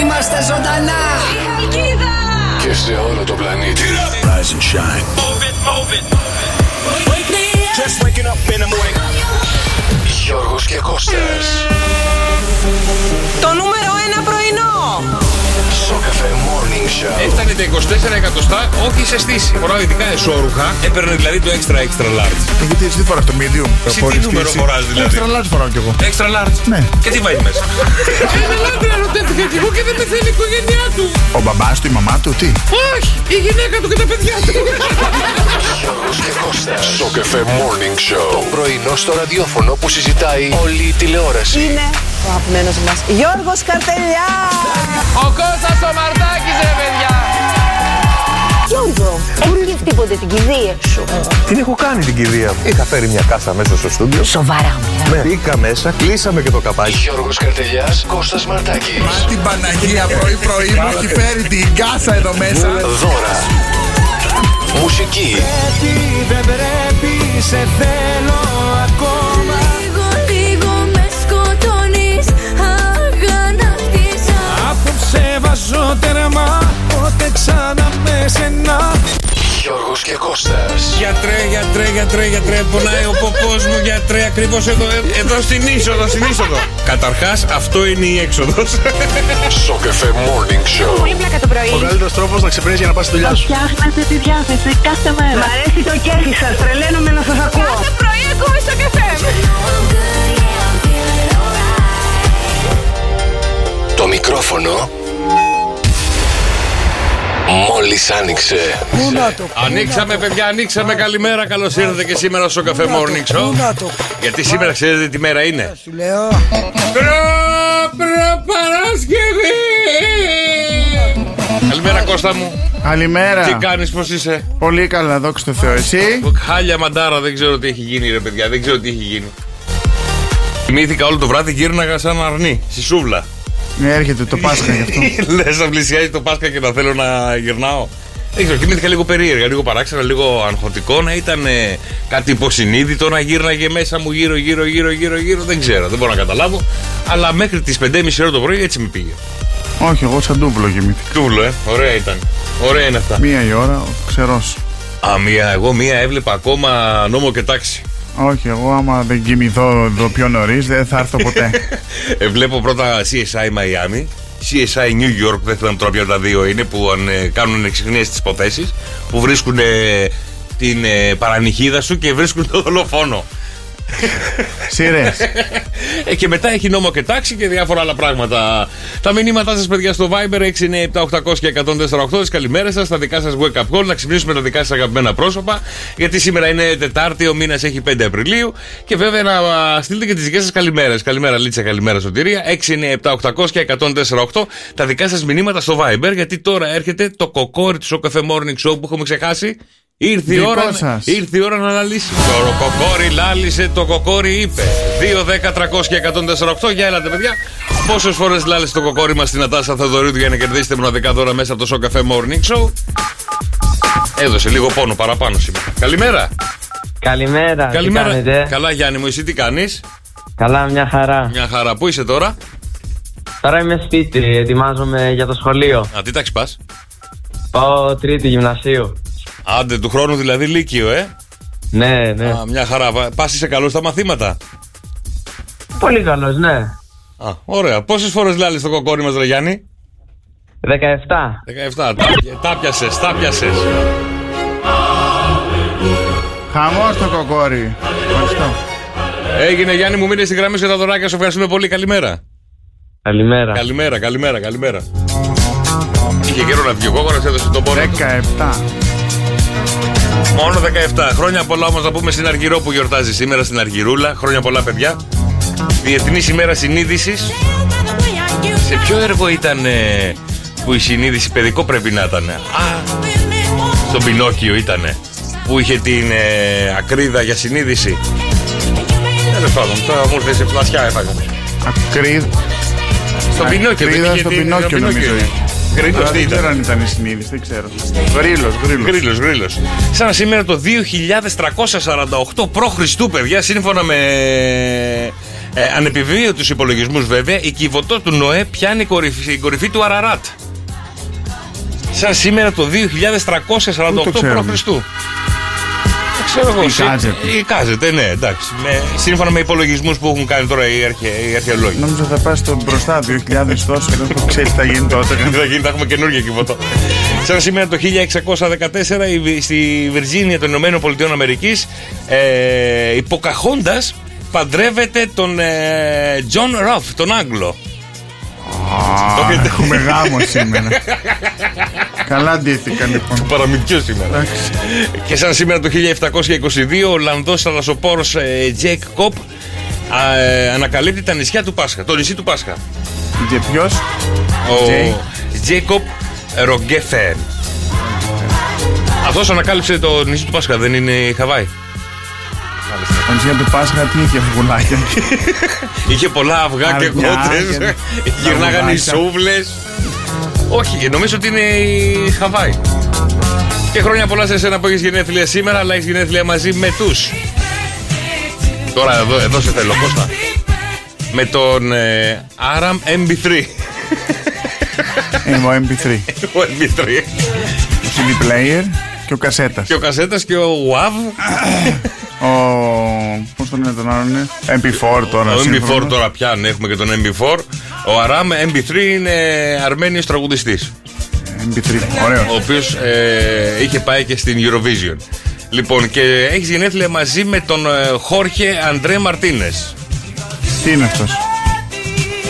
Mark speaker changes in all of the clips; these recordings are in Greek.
Speaker 1: Είμαστε ζωντανά!
Speaker 2: Η Χαλκίδα!
Speaker 3: Και σε όλο το πλανήτη.
Speaker 4: Rise and shine.
Speaker 5: Move it, move it, move it. Wake me up. Just waking up in the morning.
Speaker 3: Γιώργος και Κώστας.
Speaker 6: Το νούμερο ένα πρωινό.
Speaker 3: Σοκαφέ Morning Show.
Speaker 7: Έφτανε τα 24 εκατοστά, όχι σε στήση. Φοράω ειδικά εσόρουχα. Έπαιρνε δηλαδή το extra extra large.
Speaker 4: Γιατί εσύ δεν φοράς το medium.
Speaker 7: Σε τι νούμερο φοράς δηλαδή.
Speaker 4: Extra large φοράω κι εγώ.
Speaker 7: Extra large.
Speaker 4: Ναι.
Speaker 7: Και τι βάζει μέσα.
Speaker 8: Ένα άντρα ερωτεύτηκα κι εγώ και δεν με θέλει η οικογένειά του.
Speaker 4: Ο μπαμπάς του, η μαμά του, τι.
Speaker 8: Όχι, η γυναίκα του και τα παιδιά του.
Speaker 3: Γιώργος και Κώστας. Σοκαφέ Morning Show. Το πρωινό στο ραδιόφωνο που συζητάει όλη η τηλεόραση.
Speaker 6: Είναι ο αγαπημένος μας Γιώργος Καρτελιάς.
Speaker 8: Ο Κώστας ο Μαρτάκης ρε παιδιά.
Speaker 9: Γιώργο, έχουν σκεφτείτε την κηδεία σου.
Speaker 10: Την έχω κάνει την κηδεία μου. Είχα φέρει μια κάσα μέσα στο στούντιο.
Speaker 9: Σοβαρά μου.
Speaker 10: Με μπήκα μέσα, κλείσαμε και το καπάκι.
Speaker 3: Γιώργος Καρτελιάς, Κώστας Μαρτάκης.
Speaker 4: Την Παναγία πρωί-πρωί μου έχει φέρει την κάσα εδώ μέσα.
Speaker 3: Δώρα. Μουσική.
Speaker 2: Λίγο, λίγο με σκοτώνεις Αγανάκτησα
Speaker 3: Γιώργος και Κώστας.
Speaker 7: Γιατρέ, γιατρέ, γιατρέ, γιατρέ. Πονάει ο ποπός μου, γιατρέ. Ακριβώς εδώ, ε- εδώ στην είσοδο, στην είσοδο. Καταρχάς, αυτό είναι η έξοδος.
Speaker 3: Σοκαφέ Morning Show.
Speaker 9: πλάκα το πρωί.
Speaker 10: καλύτερος τρόπος να ξεπερνήσει για να πας στη δουλειά σου.
Speaker 6: Φτιάχνετε τη διάθεση κάθε μέρα. Μ' αρέσει το κέφι σας, τρελαίνομαι να σας ακούω.
Speaker 2: Κάθε πρωί ακούμε στο καφέ I'm good, yeah, I'm feeling alright
Speaker 3: Το μικρόφωνο μόλις άνοιξε.
Speaker 11: Πού να το,
Speaker 7: ανοίξαμε, παιδιά, ανοίξαμε. Καλημέρα, καλώς ήρθατε και σήμερα στο καφέ Morning
Speaker 11: πού
Speaker 7: Show.
Speaker 11: να το.
Speaker 7: Γιατί σήμερα ξέρετε τι μέρα είναι.
Speaker 11: Σου λέω.
Speaker 7: Προ Παρασκευή! Καλημέρα Κώστα μου, τι
Speaker 4: Καλημέρα.
Speaker 7: κάνεις, πώς είσαι
Speaker 4: Πολύ καλά, δόξα τω Θεώ. Εσύ.
Speaker 7: Χάλια μαντάρα, δεν ξέρω τι έχει γίνει ρε παιδιά, δεν ξέρω τι έχει γίνει Κοιμήθηκα όλο το βράδυ, γύρναγα σαν αρνί, στη σούβλα
Speaker 4: Ναι, έρχεται το Πάσχα γι' αυτό.
Speaker 7: Λες να πλησιάζει το Πάσχα και να θέλω να γυρνάω δεν ξέρω, κοιμήθηκα λίγο περίεργα, λίγο παράξενα, λίγο αγχωτικό να ήταν ε, κάτι υποσυνείδητο να γύρναγε μέσα μου γύρω, γύρω, γύρω, γύρω, γύρω. Δεν ξέρω, δεν μπορώ να καταλάβω. Αλλά μέχρι τις 5.30 ώρα το πρωί έτσι με πήγε.
Speaker 4: Όχι, εγώ σαν ντούβλο γεμίτη.
Speaker 7: Τούβλο, ε. Ωραία ήταν. Ωραία είναι αυτά.
Speaker 4: Μία η ώρα, ο ξερός.
Speaker 7: Α, μία, εγώ μία έβλεπα ακόμα νόμο και τάξη.
Speaker 4: Όχι, εγώ άμα δεν κοιμηθώ εδώ πιο νωρίς, δεν θα έρθω ποτέ.
Speaker 7: Ε, βλέπω πρώτα CSI Miami, CSI New York, δεν θυμάμαι τώρα ποια από τα δύο είναι, που αν, ε, κάνουν εξυγνίε τις υποθέσεις, που βρίσκουν ε, την ε, παρανυχίδα σου και βρίσκουν το δολοφόνο.
Speaker 4: Σύρε.
Speaker 7: Ε, και μετά έχει νόμο και τάξη και διάφορα άλλα πράγματα. Τα μηνύματά σας, παιδιά, στο Viber 697-800 και 148. Τις καλημέρες σας, τα δικά σας wake up call, να ξυπνήσουμε τα δικά σας αγαπημένα πρόσωπα. Γιατί σήμερα είναι Τετάρτη, ο μήνας έχει 5 Απριλίου. Και βέβαια να α, στείλετε και τις δικές σας καλημέρες. Καλημέρα, Λίτσα, καλημέρα, Σωτηρία. 697-800 και 148. Τα δικά σας μηνύματα στο Viber, γιατί τώρα έρχεται το κοκόρι του Σοκαφέ Morning Show που έχουμε ξεχάσει. Ήρθε η,
Speaker 4: Δικό
Speaker 7: ώρα,
Speaker 4: σας.
Speaker 7: ήρθε Ήρθε η ώρα να λαλήσει. Το κοκόρι λάλησε, το κοκόρι είπε. 2, 10, 300 και 148. Για έλατε, παιδιά. Πόσες φορές λάλησε το κοκόρι μας στην Ατάσα Θεοδωρίδου για να κερδίσετε μοναδικά δώρα μέσα από το Show Cafe Morning Show. Έδωσε λίγο πόνο παραπάνω σήμερα. Καλημέρα.
Speaker 8: Καλημέρα, τι κάνετε.
Speaker 7: Καλά, Γιάννη μου, εσύ τι κάνεις.
Speaker 8: Καλά, μια χαρά.
Speaker 7: Μια χαρά. Πού είσαι τώρα.
Speaker 8: Τώρα είμαι σπίτι, ετοιμάζομαι για το σχολείο.
Speaker 7: Α, τι τάξη πας.
Speaker 8: Πάω τρίτη γυμνασίου.
Speaker 7: Άντε, του χρόνου δηλαδή Λύκειο, ε.
Speaker 8: Ναι,
Speaker 11: Ε.
Speaker 8: ναι.
Speaker 7: Α, μια χαρά. Πας είσαι καλός στα μαθήματα.
Speaker 8: Πολύ καλός, ναι.
Speaker 7: Α, ωραία. Πόσες φορές λάλησε το κοκόρι μας, Ρε Γιάννη.
Speaker 8: 17.
Speaker 7: 17. Τα, τα πιασες, τα πιασες.
Speaker 4: Χαμός το κοκόρι. Ευχαριστώ.
Speaker 7: Έγινε Γιάννη μου, μείνε στην γραμμή σου για τα δωράκια σου. Ευχαριστούμε πολύ. Καλημέρα.
Speaker 8: Καλημέρα.
Speaker 7: Καλημέρα, καλημέρα, καλημέρα. Είχε καιρό να βγει ο κόκορα, έδωσε τον πόνο.
Speaker 4: 17.
Speaker 7: Μόνο 17. Χρόνια πολλά όμως να πούμε στην Αργυρό που γιορτάζει σήμερα στην Αργυρούλα. Χρόνια πολλά, παιδιά. Διεθνής ημέρα συνείδησης. Σε ποιο έργο ήταν ε, που η συνείδηση παιδικό πρέπει να ήταν. Α, στον Πινόκιο ήταν. Που είχε την ε, ακρίδα για συνείδηση. Τέλος πάντων, τώρα μου ήρθε σε φλασιά, έφαγα.
Speaker 4: Ακρίδα.
Speaker 7: Στον Πινόκιο. ναι.
Speaker 4: Ακρίδα
Speaker 7: δεν είχε
Speaker 4: στον
Speaker 7: την-
Speaker 4: Πινόκιο,
Speaker 7: τον
Speaker 4: νομίζω
Speaker 7: είναι.
Speaker 4: είναι.
Speaker 7: Γρήλος
Speaker 4: Αλλά
Speaker 7: τι
Speaker 4: δεν ξέρω
Speaker 7: ήταν.
Speaker 4: αν ήταν η συνείδηση, δεν ξέρω. Γρήλος, γρήλος.
Speaker 7: Γρήλος, γρήλος. Σαν σήμερα το 2348 π.Χ. παιδιά, σύμφωνα με Ε, ανεπιβίωτους υπολογισμούς βέβαια, η κυβωτό του ΝΟΕ πιάνει κορυφή, η κορυφή του Αραράτ. Σαν σήμερα το 2348
Speaker 4: Πού το ξέρουμε.
Speaker 7: π.Χ. Ξέρω εγώ.
Speaker 4: Η
Speaker 7: συ-
Speaker 4: κάζεται.
Speaker 7: Η κάζεται, ναι, εντάξει. Με, σύμφωνα με υπολογισμούς που έχουν κάνει τώρα οι, αρχαι, οι αρχαιολόγοι.
Speaker 4: Νόμιζα θα πας στο μπροστά 2000 τόσο, δεν ξέρεις τι θα γίνει τότε.
Speaker 7: Δεν θα γίνει, θα έχουμε καινούργια κυβωτό. Σαν σήμερα το 1614 η Βι- στη Βιρτζίνια των Ηνωμένων Πολιτειών Αμερικής ε, η Ποκαχόντας παντρεύεται τον ε, Τζον Ραφ, τον Άγγλο. Το
Speaker 4: Α,
Speaker 7: έχετε.
Speaker 4: Έχουμε γάμο σήμερα. Καλά ντύθηκαν λοιπόν.
Speaker 7: Παραμυθιό σήμερα.
Speaker 4: Εντάξει.
Speaker 7: Και σαν σήμερα το 1722 ο Ολλανδός θαλασσοπόρος ε, Τζέικ Κόπ α, ε, ανακαλύπτει τα νησιά του Πάσχα, το νησί του Πάσχα.
Speaker 4: Και ποιος. Jake.
Speaker 7: Ο Τζέικοπ Ρογκέφερ. Αυτός ανακάλυψε το νησί του Πάσχα, δεν είναι η Χαβάη.
Speaker 4: Τα νησιά του Πάσχα τι είχε αυγουλάκια.
Speaker 7: Είχε πολλά αυγά και
Speaker 4: Καρδιά
Speaker 7: κότε.
Speaker 4: και-
Speaker 7: Γυρνάγανε οι
Speaker 4: τα
Speaker 7: σούβλες. Όχι, νομίζω ότι είναι η Χαβάη. Και χρόνια πολλά σε εσένα που έχεις γενέθλια σήμερα, αλλά έχεις γενέθλια μαζί με τους. Τώρα εδώ, εδώ σε θέλω, Κώστα. Με τον ε, Aram MB3.
Speaker 4: Εγώ MP3.
Speaker 7: ο MB3.
Speaker 4: CD player και ο κασέτας.
Speaker 7: και ο Κασέτας και ο Ουαβ.
Speaker 4: Ο. Πώς τον λένε τον άλλον, είναι? MP4 τώρα.
Speaker 7: Ο
Speaker 4: σύγχρονος.
Speaker 7: MB4 τώρα πια, ναι, έχουμε και τον MB4. Ο Aram MB3 είναι Αρμένιος τραγουδιστής.
Speaker 4: MP3. Ωραίος.
Speaker 7: ο οποίος είχε πάει και στην Eurovision. Λοιπόν, και έχει γενέθλια μαζί με τον ε, Χόρχε Αντρέ Μαρτίνε.
Speaker 4: Τι είναι αυτό.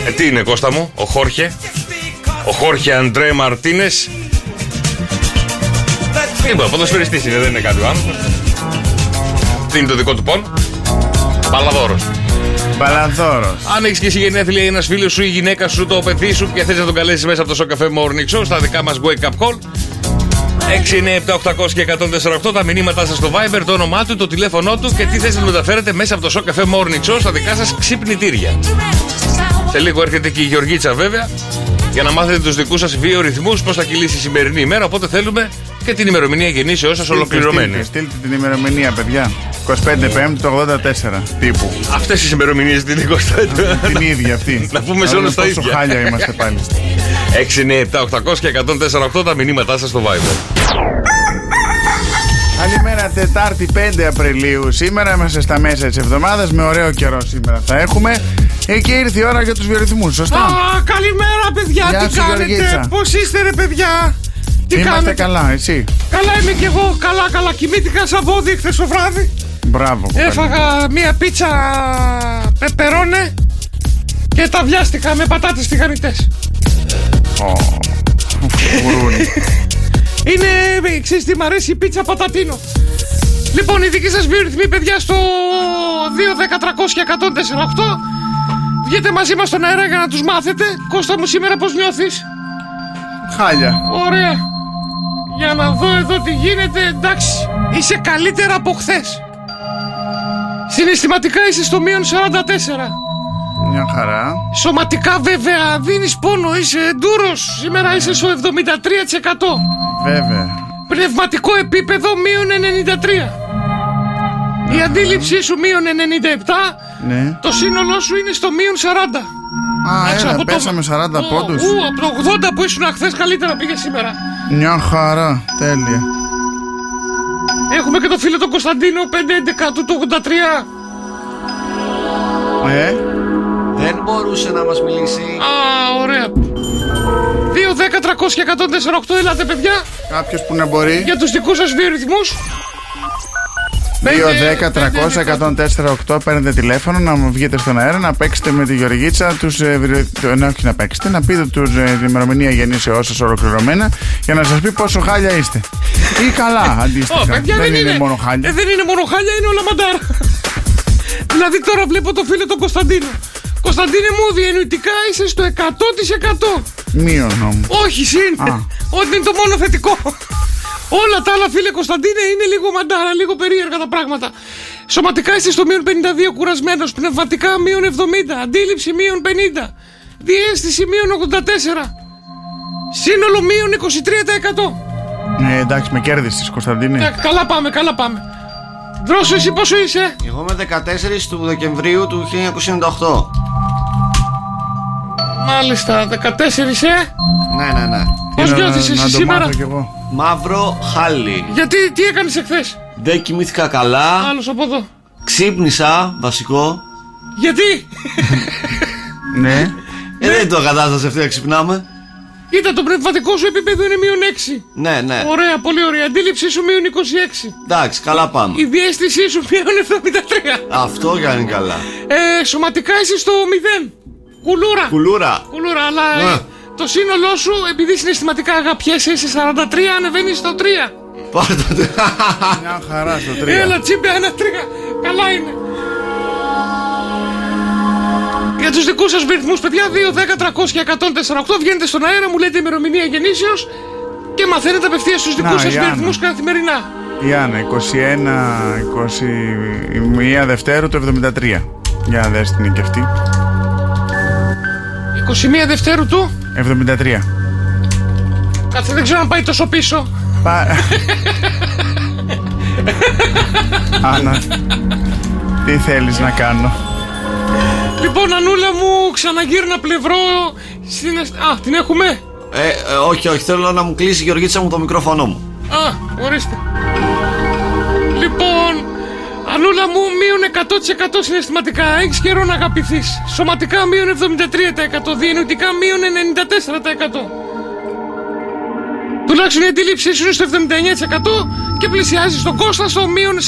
Speaker 7: Ε, τι είναι, Κώστα μου, ο Χόρχε. Ο Χόρχε Αντρέ Μαρτίνε. Λοιπόν, ποδοσφαιριστής είναι, δεν είναι κάτι άλλο. Τι είναι το δικό του πόν. Παλαδόρος.
Speaker 4: Παλαδόρος.
Speaker 7: Αν έχεις και εσύ γενέθλια ή ένας φίλος σου ή γυναίκα σου, το παιδί σου και θες να τον καλέσεις μέσα από το Cafe Morning Show στα δικά μας Wake Up Call. 6, 9, 7, 800 και 148 τα μηνύματά σας στο Viber, το όνομά του, το τηλέφωνό του και τι θέση να μεταφέρετε μέσα από το Show Cafe Morning Show στα δικά σας ξυπνητήρια. Σε λίγο έρχεται και η Γεωργίτσα βέβαια για να μάθετε τους δικούς σας βιορυθμού, πώς θα κυλήσει η σημερινή ημέρα. Οπότε θέλουμε και την ημερομηνία γεννήσεώ σας ολοκληρωμένη.
Speaker 4: Στείλτε την ημερομηνία, παιδιά. 25 Πέμπτου 84 τύπου.
Speaker 7: Αυτές οι ημερομηνίε την 20
Speaker 4: Την ίδια αυτή.
Speaker 7: Να πούμε σε όλους τα
Speaker 4: Πόσο
Speaker 7: ίδια.
Speaker 4: χάλια είμαστε πάλι.
Speaker 7: 6, 9, 7, 800 και 148 τα μηνύματά σας στο Viber.
Speaker 4: Καλημέρα, Τετάρτη 5 Απριλίου. Σήμερα είμαστε στα μέσα της εβδομάδας. Με ωραίο καιρό σήμερα θα έχουμε. Ε, και ήρθε η ώρα για τους βιορυθμούς, σωστά.
Speaker 7: Α, καλημέρα παιδιά,
Speaker 4: Γεια
Speaker 7: τι
Speaker 4: σου, Γεωργίτσα.
Speaker 7: κάνετε, πώς είστε ρε παιδιά Τι
Speaker 4: Είμαστε
Speaker 7: κάνετε,
Speaker 4: καλά, εσύ.
Speaker 7: καλά είμαι κι εγώ, καλά καλά κοιμήθηκα σαν βόδι χθες το βράδυ
Speaker 4: Μπράβο. κοπέλα.
Speaker 7: Έφαγα μία πίτσα πεπερώνε και τα βιάστηκα με πατάτες τηγανιτές
Speaker 4: Ω, γουρούνι.
Speaker 7: Είναι, ε, ξέρεις τι μ' αρέσει η πίτσα πατατίνο Λοιπόν, η δική σας βιορυθμή παιδιά στο 2.1300 Βγείτε μαζί μας στον αέρα για να τους μάθετε Κώστα μου σήμερα πώς νιώθεις
Speaker 4: Χάλια.
Speaker 7: Ωραία. Για να δω εδώ τι γίνεται. Εντάξει, είσαι καλύτερα από χθες. Συναισθηματικά είσαι στο μείον 44.
Speaker 4: Μια χαρά.
Speaker 7: Σωματικά βέβαια δίνεις πόνο, είσαι εντούρος. Σήμερα είσαι στο 73%.
Speaker 4: Βέβαια.
Speaker 7: Πνευματικό επίπεδο μείον 93. Η αντίληψή σου μείον 97.
Speaker 4: Ναι.
Speaker 7: Το σύνολό σου είναι στο μείον 40.
Speaker 4: Α,
Speaker 7: Εντάξει,
Speaker 4: έλα,
Speaker 7: από το-
Speaker 4: πέσαμε 40
Speaker 7: Ο-
Speaker 4: πόντους.
Speaker 7: Ου, από το 80 που ήσουν χθες καλύτερα πήγε σήμερα.
Speaker 4: Μια χαρά. Τέλεια.
Speaker 7: Έχουμε και το φίλο τον Κωνσταντίνο 511 του το 83.
Speaker 4: Ε,
Speaker 1: Δεν μπορούσε να μας μιλήσει.
Speaker 7: Α, ωραία. 2, 10, 300 και 148, έλατε παιδιά,
Speaker 4: κάποιος που να μπορεί.
Speaker 7: για τους δικούς σας βιορυθμούς.
Speaker 4: 2-10-300-1048 παίρνετε τηλέφωνο να μου βγείτε στον αέρα να παίξετε με τη Γεωργίτσα τους, ε, βρε- το- ναι, όχι να παίξετε, να πείτε τους, ε, την ημερομηνία γεννήσεώς σας ολοκληρωμένα για να σας πει πόσο χάλια είστε. Ή καλά
Speaker 7: Ω,
Speaker 4: αντίστοιχα.
Speaker 7: παιδιά,
Speaker 4: δεν, είναι μόνο χάλια.
Speaker 7: Ε, δεν είναι μόνο χάλια, είναι όλα μαντάρα. δηλαδή τώρα βλέπω το φίλο τον Κωνσταντίνο. Κωνσταντίνε μου, διανοητικά είσαι στο 100%.
Speaker 4: Μείον όμως.
Speaker 7: Όχι, συν.
Speaker 4: Α.
Speaker 7: Ότι είναι το μόνο θετικό. Όλα τα άλλα, φίλε Κωνσταντίνε, είναι λίγο μαντάρα, λίγο περίεργα τα πράγματα. Σωματικά είσαι στο μείον 52 κουρασμένος, πνευματικά μείον 70, αντίληψη μείον 50, διέστηση μείον 84, σύνολο μείον 23%.
Speaker 4: Ε, εντάξει, με Ναι, κέρδισες Κωνσταντίνε.
Speaker 7: Ε, Καλά πάμε, καλά πάμε. Δρόσο, εσύ πόσο είσαι.
Speaker 1: Εγώ είμαι 14 του Δεκεμβρίου του 1998.
Speaker 7: Μάλιστα, 14 είσαι.
Speaker 1: Ναι, ναι, ναι.
Speaker 7: Πώς
Speaker 4: Είναι να-
Speaker 7: νιώθεις
Speaker 4: να
Speaker 7: εσύ
Speaker 4: το
Speaker 7: σήμερα.
Speaker 4: μάθω κι εγώ.
Speaker 1: Μαύρο χάλι.
Speaker 7: Γιατί, τι έκανες εχθές.
Speaker 1: Δεν κοιμήθηκα καλά.
Speaker 7: Άλλος από εδώ.
Speaker 1: Ξύπνησα, βασικό.
Speaker 7: Γιατί
Speaker 4: Ναι.
Speaker 1: Ε, δεν το κατάσταση αυτή να ξυπνάμε.
Speaker 7: ήταν το πνευματικό σου επίπεδο είναι μείον 6.
Speaker 1: Ναι, ναι.
Speaker 7: Ωραία, πολύ ωραία. Αντίληψή σου μείον 26.
Speaker 1: Εντάξει, καλά πάμε.
Speaker 7: Η διέστησή σου μείον 73.
Speaker 1: Αυτό κάνει καλά.
Speaker 7: Ε, σωματικά είσαι στο 0. Κουλούρα.
Speaker 1: Κουλούρα.
Speaker 7: Κουλούρα, αλλά ε,
Speaker 1: Ναι.
Speaker 7: το σύνολό σου, επειδή συναισθηματικά αγαπιέσαι, είσαι 43, ανεβαίνεις στο 3.
Speaker 1: Πάρ' το.
Speaker 4: Μια χαρά στο τρία.
Speaker 7: Έλα, τσίμπε, ένα τρία. Καλά είναι. Για τους δικούς σας ρυθμού, παιδιά, 2, 10, 300 και 148 βγαίνετε στον αέρα, μου λέτε ημερομηνία γεννήσεως και μαθαίνετε απευθείας στους δικούς
Speaker 4: Να,
Speaker 7: σας
Speaker 4: η Άννα.
Speaker 7: ρυθμού καθημερινά.
Speaker 4: Η Άννα, 21, 21 Δευτέρου του 73. Για να δες την είναι και αυτή.
Speaker 7: 21 Δευτέρου του,
Speaker 4: 73.
Speaker 7: κάτσε δεν ξέρω αν πάει Ε, τόσο πίσω.
Speaker 4: Πα... Άννα, τι θέλεις να κάνω.
Speaker 7: Λοιπόν, Ανούλα μου, ξαναγύρνα πλευρό. Στην... Α, την έχουμε.
Speaker 1: Ε, ε, όχι, όχι, θέλω να μου κλείσει η Γεωργίτσα μου το μικρόφωνο μου.
Speaker 7: Α, ορίστε. Λοιπόν, Ανούλα μου, μείον 100% συναισθηματικά. Έχεις καιρό να αγαπηθείς. Σωματικά μείον 73%. Διανοητικά μείον 94%. Τουλάχιστον η αντίληψή σου είναι στο 79% και πλησιάζεις στον Κώστα στο μείον 47%.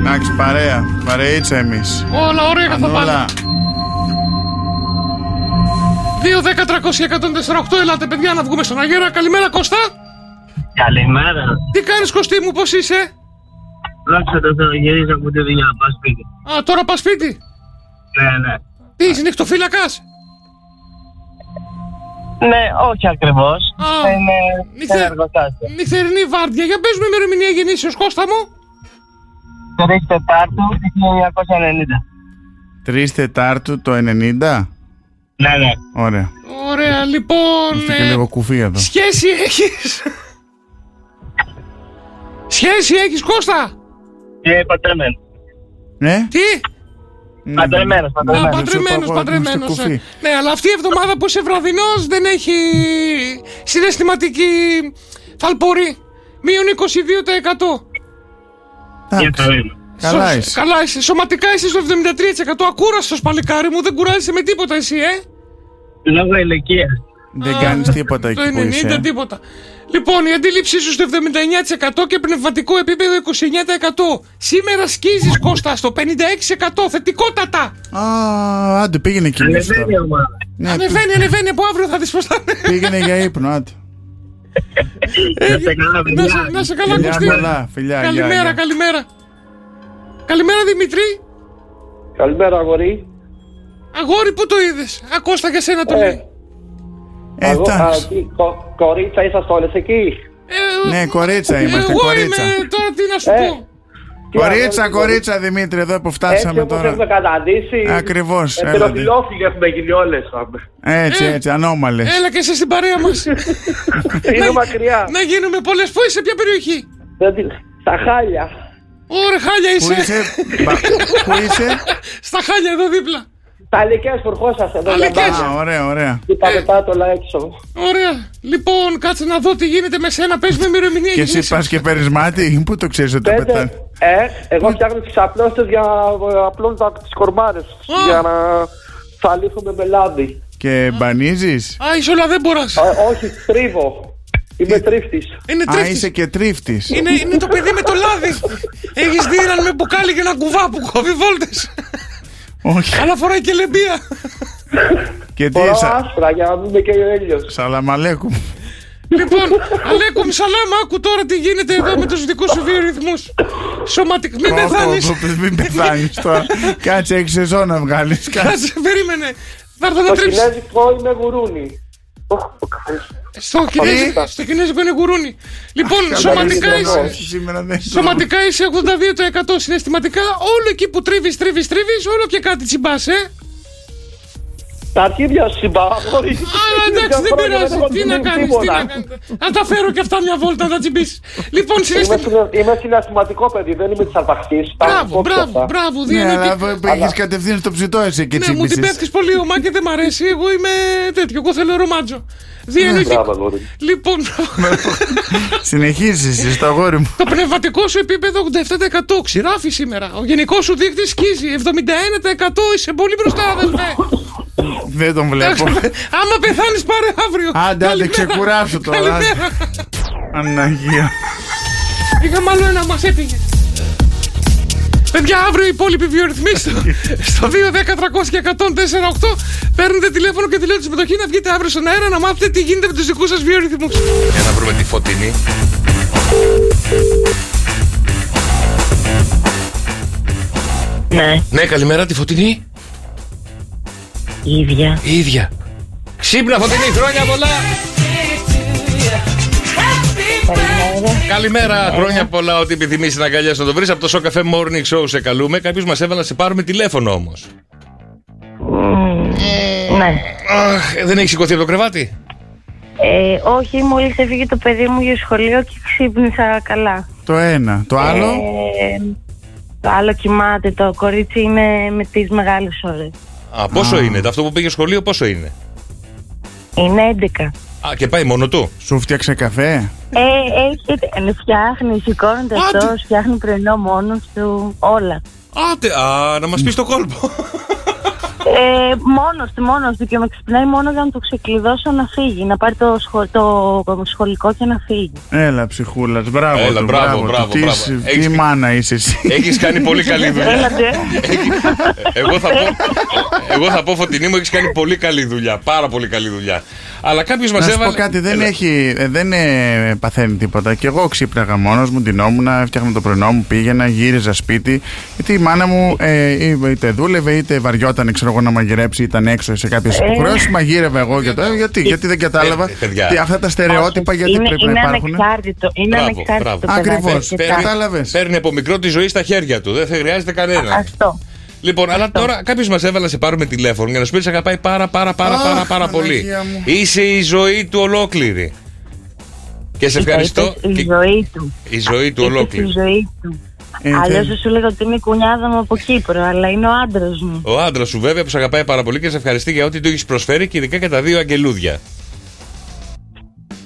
Speaker 4: Εντάξει, παρέα, παρείτσα εμείς.
Speaker 7: Όλα ωραία κατά
Speaker 4: Όλα.
Speaker 7: πάντα. 2, 10, 300, 148. Ελάτε, παιδιά, να βγούμε στον Αγέρα. Καλημέρα, Κώστα.
Speaker 8: Καλημέρα.
Speaker 7: Τι κάνεις, Κωστή μου, πώς είσαι.
Speaker 8: Δόξα τω Θεώ, γυρίζω από τη δουλειά. Πας σπίτι.
Speaker 7: Α, τώρα πας σπίτι.
Speaker 8: Ναι, ναι.
Speaker 7: Τι, είσαι νυχτοφύλακας.
Speaker 8: Ναι, όχι ακριβώς.
Speaker 7: Α.
Speaker 8: Είναι
Speaker 7: Νυχτε-
Speaker 8: ένα εργοστάσιο.
Speaker 7: Νυχτερινή βάρδια. Για πες μου ημερομηνία γεννήσεως, Κώστα μου.
Speaker 8: 3 Τετάρτου 1990.
Speaker 4: 3 Τετάρτου το 90.
Speaker 8: Ναι, ναι.
Speaker 4: Ωραία.
Speaker 7: Ωραία, λοιπόν.
Speaker 4: Είμαστε και
Speaker 7: ε,
Speaker 4: λίγο κουφί εδώ.
Speaker 7: σχέση έχεις. σχέση έχεις, Κώστα.
Speaker 8: Και
Speaker 7: Ναι,
Speaker 8: παντρεμένο.
Speaker 4: Ε,
Speaker 7: Τι.
Speaker 4: ναι,
Speaker 8: Παντρεμένος,
Speaker 4: Ναι,
Speaker 8: παντρεμένο.
Speaker 7: Α,
Speaker 4: ναι,
Speaker 7: παντρεμένος,
Speaker 4: το πω,
Speaker 7: παντρεμένος.
Speaker 4: είμαστε
Speaker 7: ε.
Speaker 4: κουφοί.
Speaker 7: Ναι, αλλά αυτή η εβδομάδα που είσαι βραδινός δεν έχει συναισθηματική θαλπορή. Μείον 22%.
Speaker 8: Για
Speaker 4: Εντάξει,
Speaker 8: το ίδιο.
Speaker 4: Καλά
Speaker 7: Σω-
Speaker 4: είσαι.
Speaker 7: καλά είσαι. Σωματικά είσαι στο 73%. Ακούραστος παλικάρι μου, δεν κουράζεσαι με τίποτα εσύ, ε.
Speaker 8: Λόγω ηλικίας.
Speaker 4: Δεν κάνεις τίποτα
Speaker 7: Το
Speaker 4: εκεί που
Speaker 7: 90
Speaker 4: είσαι.
Speaker 7: τίποτα. Λοιπόν, η αντίληψή σου στο 79% και πνευματικό επίπεδο 29%. Σήμερα σκίζεις Κώστα στο 56% θετικότατα.
Speaker 4: Α, άντε πήγαινε εκεί. μέσα
Speaker 8: Ανεβαίνει η
Speaker 4: τώρα.
Speaker 8: ομάδα.
Speaker 4: Ναι,
Speaker 7: Ανεβαίνει, ανεβαίνει από αύριο θα δεις πως θα είναι.
Speaker 4: πήγαινε για ύπνο, άντε.
Speaker 8: Να σε καλά,
Speaker 7: Ε, Να σε-
Speaker 8: παιδιά.
Speaker 7: Να σε καλά
Speaker 4: Φιλιά
Speaker 7: Κωστή.
Speaker 4: πολλά, φιλιά. γεια,
Speaker 7: Καλημέρα,
Speaker 4: γεια.
Speaker 7: καλημέρα. Καλημέρα Δημητρή.
Speaker 11: Καλημέρα, αγόρι.
Speaker 7: Αγόρι που το είδες. Α, Κώστα για σένα το
Speaker 11: Ε,
Speaker 7: λέει.
Speaker 4: Ε,
Speaker 11: αγο-
Speaker 4: εντάξει.
Speaker 11: α, τι, κο- κορίτσα, ήσασταν όλες εκεί.
Speaker 7: Ε,
Speaker 4: Ναι, κορίτσα είμαστε,
Speaker 7: εγώ
Speaker 4: κορίτσα.
Speaker 7: είμαι τώρα τι να σου
Speaker 11: Ε,
Speaker 7: πω.
Speaker 11: Τι,
Speaker 4: Κορίτσα,
Speaker 11: αγόρι,
Speaker 4: κορίτσα, Δημήτρη, εδώ που
Speaker 11: Έτσι
Speaker 4: φτάσαμε
Speaker 11: όπως
Speaker 4: τώρα.
Speaker 11: έχουμε καταντήσει.
Speaker 4: Ακριβώς,
Speaker 11: Ε,
Speaker 4: έλατε.
Speaker 11: πυροφιλόφιλοι έχουμε γίνει όλες. πάμε.
Speaker 4: Έτσι,
Speaker 7: Ε.
Speaker 4: έτσι, ανώμαλες.
Speaker 7: Έλα και εσύ στην παρέα μας.
Speaker 11: Είναι μακριά.
Speaker 7: Να γίνουμε πολλές. Πού είσαι, ποια περιοχή.
Speaker 11: Δεν τη- Στα χάλια.
Speaker 7: Ωραία, χάλια
Speaker 4: Πού
Speaker 7: είσαι.
Speaker 4: είσαι, μπα- πού είσαι.
Speaker 7: Στα χάλια εδώ δίπλα.
Speaker 11: Τα λικές που ερχόσαστε εδώ.
Speaker 7: Αλικές.
Speaker 11: λαμπάδες.
Speaker 4: Α, ωραία, ωραία.
Speaker 11: Τι
Speaker 7: Ε.
Speaker 11: πάμε τα άτολα έξω.
Speaker 7: Ωραία. Λοιπόν, κάτσε να δω τι γίνεται με σένα. Πες με ημερομηνία
Speaker 4: Και εσύ πα
Speaker 7: γεννήσεως.
Speaker 4: και παίρνεις μάτι, πού το ξέρεις ότι τα πετάνε.
Speaker 11: Πέντε. Ε, εγώ
Speaker 7: Ναι.
Speaker 11: φτιάχνω τις απλώστες για απλώνω τα- τις κορμάνες.
Speaker 7: Α.
Speaker 11: Για να θαλίθουμε με λάδι.
Speaker 4: Και μπανίζεις.
Speaker 7: Α, είσαι όλα δεν μποράς.
Speaker 11: Ε, όχι, τρίβω. Είμαι τρίφτης.
Speaker 7: Είναι
Speaker 4: Α, είσαι
Speaker 7: τρίφτη.
Speaker 4: και τρίφτης.
Speaker 7: Είναι, είναι το παιδί με το λάδι. Έχεις δει έναν με μπουκάλι και έναν κουβά που κόβει βόλτες.
Speaker 4: Όχι.
Speaker 7: Αλλά φοράει και λεμπία.
Speaker 4: Και τι
Speaker 11: Φοράω
Speaker 4: είσαι,
Speaker 11: άσπρα για να μην με καίει ο ήλιος.
Speaker 4: Σαλαμαλέκου.
Speaker 7: λοιπόν, αλέκουμ σαλάμα, άκου τώρα τι γίνεται εδώ με τους δικούς σου βιορυθμούς. Σωματικά, μην
Speaker 4: Πω, πω,
Speaker 7: πεθάνει.
Speaker 4: πω, Μην πεθάνεις τώρα. Κάτσε, έχει σεζόν να βγάλεις.
Speaker 7: Κάτσε, περίμενε. Θα έρθω να
Speaker 11: Το
Speaker 7: τρέψεις.
Speaker 11: κινέζικο είναι γουρούνι.
Speaker 7: Στο, κινέζικο- στο κινέζικο είναι γουρούνι. Λοιπόν, σωματικά είσαι.
Speaker 4: Σήμερα δεν
Speaker 7: Σωματικά είσαι 82% συναισθηματικά. Όλο εκεί που τρίβεις, τρίβεις, τρίβεις, όλο και κάτι τσιμπάς, ε.
Speaker 11: Τα αρχίδια συμπαγόρι.
Speaker 7: Αλλά εντάξει, δεν πειράζει. Τι να κάνει, τι να κάνεις. Α τα φέρω και αυτά μια βόλτα να τσιμπήσεις. Λοιπόν, συνέστε.
Speaker 11: Είμαι συναισθηματικό παιδί, δεν είμαι της αρπαχτή.
Speaker 7: Μπράβο, μπράβο, μπράβο.
Speaker 4: Ναι, αλλά
Speaker 7: διανοητή.
Speaker 4: έχεις κατευθείαν στο ψητό εσύ και
Speaker 7: Ναι, μου την
Speaker 4: τσίμπησες.
Speaker 7: πέφτεις πολύ ομά και δεν μ' αρέσει. Εγώ είμαι τέτοιο. Εγώ θέλω ρομάτζο. Διανοητή.
Speaker 11: Μπράβο, αγόρι μου.
Speaker 7: Λοιπόν,
Speaker 4: Συνεχίζεις εσύ στο αγόρι μου.
Speaker 7: το πνευματικό σου επίπεδο 87% ξηράφει σήμερα. Ο γενικός σου δείκτης σκίζει 71%. Είσαι πολύ μπροστά, αδελφέ.
Speaker 4: Δεν τον βλέπω.
Speaker 7: Άμα πεθάνεις, πάρε αύριο.
Speaker 4: Άντε, άντε,
Speaker 7: Καλημέρα.
Speaker 4: ξεκουράσου τώρα.
Speaker 7: Καλημέρα.
Speaker 4: Αναγία.
Speaker 7: Είχαμε άλλο ένα, μας έφυγε. Παιδιά, αύριο οι υπόλοιποι βιορυθμοί στο, στο 2, 10, 300 και 104, 8 παίρνετε τηλέφωνο και τη λέω τη συμμετοχή να βγείτε αύριο στον αέρα να μάθετε τι γίνεται με τους δικούς σας βιορυθμούς.
Speaker 10: Για να βρούμε τη φωτεινή.
Speaker 6: Ναι,
Speaker 7: Ναι, καλημέρα, τη φωτεινή.
Speaker 6: η ίδια.
Speaker 7: Η ίδια. Ξύπνα, φωτεινή, χρόνια πολλά. Καλημέρα, χρόνια πολλά. Ό,τι επιθυμείς να αγκαλιάσει να το βρεις. Από το Show Cafe Morning Show σε καλούμε. Κάποιος μας έβαλε να σε πάρουμε τηλέφωνο όμως.
Speaker 6: Ναι.
Speaker 7: Αχ, δεν έχει σηκωθεί από το κρεβάτι.
Speaker 6: Ε, όχι, μόλις έφυγε το παιδί μου για σχολείο και ξύπνησα καλά.
Speaker 4: Το ένα. Το άλλο.
Speaker 6: Ε, το άλλο κοιμάται, το κορίτσι είναι με τις μεγάλες ώρες.
Speaker 7: Α, πόσο είναι, το αυτό που πήγε σχολείο, πόσο είναι.
Speaker 6: Είναι 11.
Speaker 7: Α, και πάει μόνο του.
Speaker 4: Σου φτιάξε καφέ.
Speaker 6: Ε, έχει, φτιάχνει, σηκώνεται
Speaker 7: Άντε.
Speaker 6: αυτός, φτιάχνει πρωινό μόνος του, όλα.
Speaker 7: Άντε, α, να μας πεις το κόλπο.
Speaker 6: Ε, μόνος του, μόνος του και με ξυπνάει μόνος για να το ξεκλειδώσω να φύγει, να πάρει το, σχο, το σχολικό και να φύγει.
Speaker 4: Έλα, ψυχούλα. Μπράβο.
Speaker 7: Έλα,
Speaker 4: του,
Speaker 7: μπράβο,
Speaker 4: του.
Speaker 7: μπράβο,
Speaker 4: Τι,
Speaker 7: μπράβο.
Speaker 4: σ- τι
Speaker 7: Έχεις-
Speaker 4: μάνα είσαι εσύ.
Speaker 7: έχεις κάνει πολύ καλή δουλειά.
Speaker 6: Έλατε.
Speaker 7: Εγώ θα πω, εγώ θα πω φωτεινή μου, έχεις κάνει πολύ καλή δουλειά. Πάρα πολύ καλή δουλειά. Αλλά κάποιος μα
Speaker 4: Να σου
Speaker 7: έβαλε.
Speaker 4: πω κάτι, δεν,
Speaker 7: Έλα.
Speaker 4: έχει, ε, δεν ε, παθαίνει τίποτα. Και εγώ ξύπναγα μόνος μου, ντυνόμουν, φτιάχνα το πρωινό μου, πήγαινα, γύριζα σπίτι. Γιατί η μάνα μου ε, ή- είτε δούλευε, είτε βαριόταν ξέρω εγώ, να μαγειρέψει, ήταν έξω σε κάποιες
Speaker 6: Ε.
Speaker 4: υποχρεώσεις. Μαγείρευα εγώ και το. ε, Γιατί, γιατί δεν κατάλαβα
Speaker 7: Ε, παιδιά.
Speaker 4: τι- αυτά τα στερεότυπα, γιατί
Speaker 6: είναι,
Speaker 4: πρέπει
Speaker 6: είναι
Speaker 4: να υπάρχουν.
Speaker 6: ανεξάρτητο. Είναι
Speaker 7: Μπράβο, μπράβο.
Speaker 6: ανεξάρτητο.
Speaker 4: Ακριβώς.
Speaker 6: Ακριβώ.
Speaker 7: Παίρνει-
Speaker 4: Κατάλαβες.
Speaker 7: Παίρνει από μικρό τη ζωή στα χέρια του. Δεν θα χρειάζεται κανένα.
Speaker 6: Αυτό.
Speaker 7: Λοιπόν, αλλά τώρα κάποιος μας έβαλε να σε πάρουμε τηλέφωνο για να σου πει ότι σε αγαπάει πάρα πάρα πάρα
Speaker 4: Αχ,
Speaker 7: πάρα, πάρα πολύ.
Speaker 4: Παναγία μου.
Speaker 7: Είσαι η ζωή του ολόκληρη. Και σε ευχαριστώ.
Speaker 6: Είπες, Η
Speaker 7: και-
Speaker 6: ζωή του.
Speaker 7: Η ζωή του
Speaker 6: Είπες,
Speaker 7: ολόκληρη.
Speaker 6: Η ζωή του.
Speaker 4: Ε,
Speaker 6: Αλλιώ
Speaker 4: δεν-
Speaker 6: σου λέγω ότι είναι η κουνιάδα μου από Κύπρο, αλλά είναι ο άντρας μου.
Speaker 7: Ο άντρας σου βέβαια που σε αγαπάει πάρα πολύ και σε ευχαριστεί για ό,τι του έχεις προσφέρει και ειδικά για τα δύο αγγελούδια.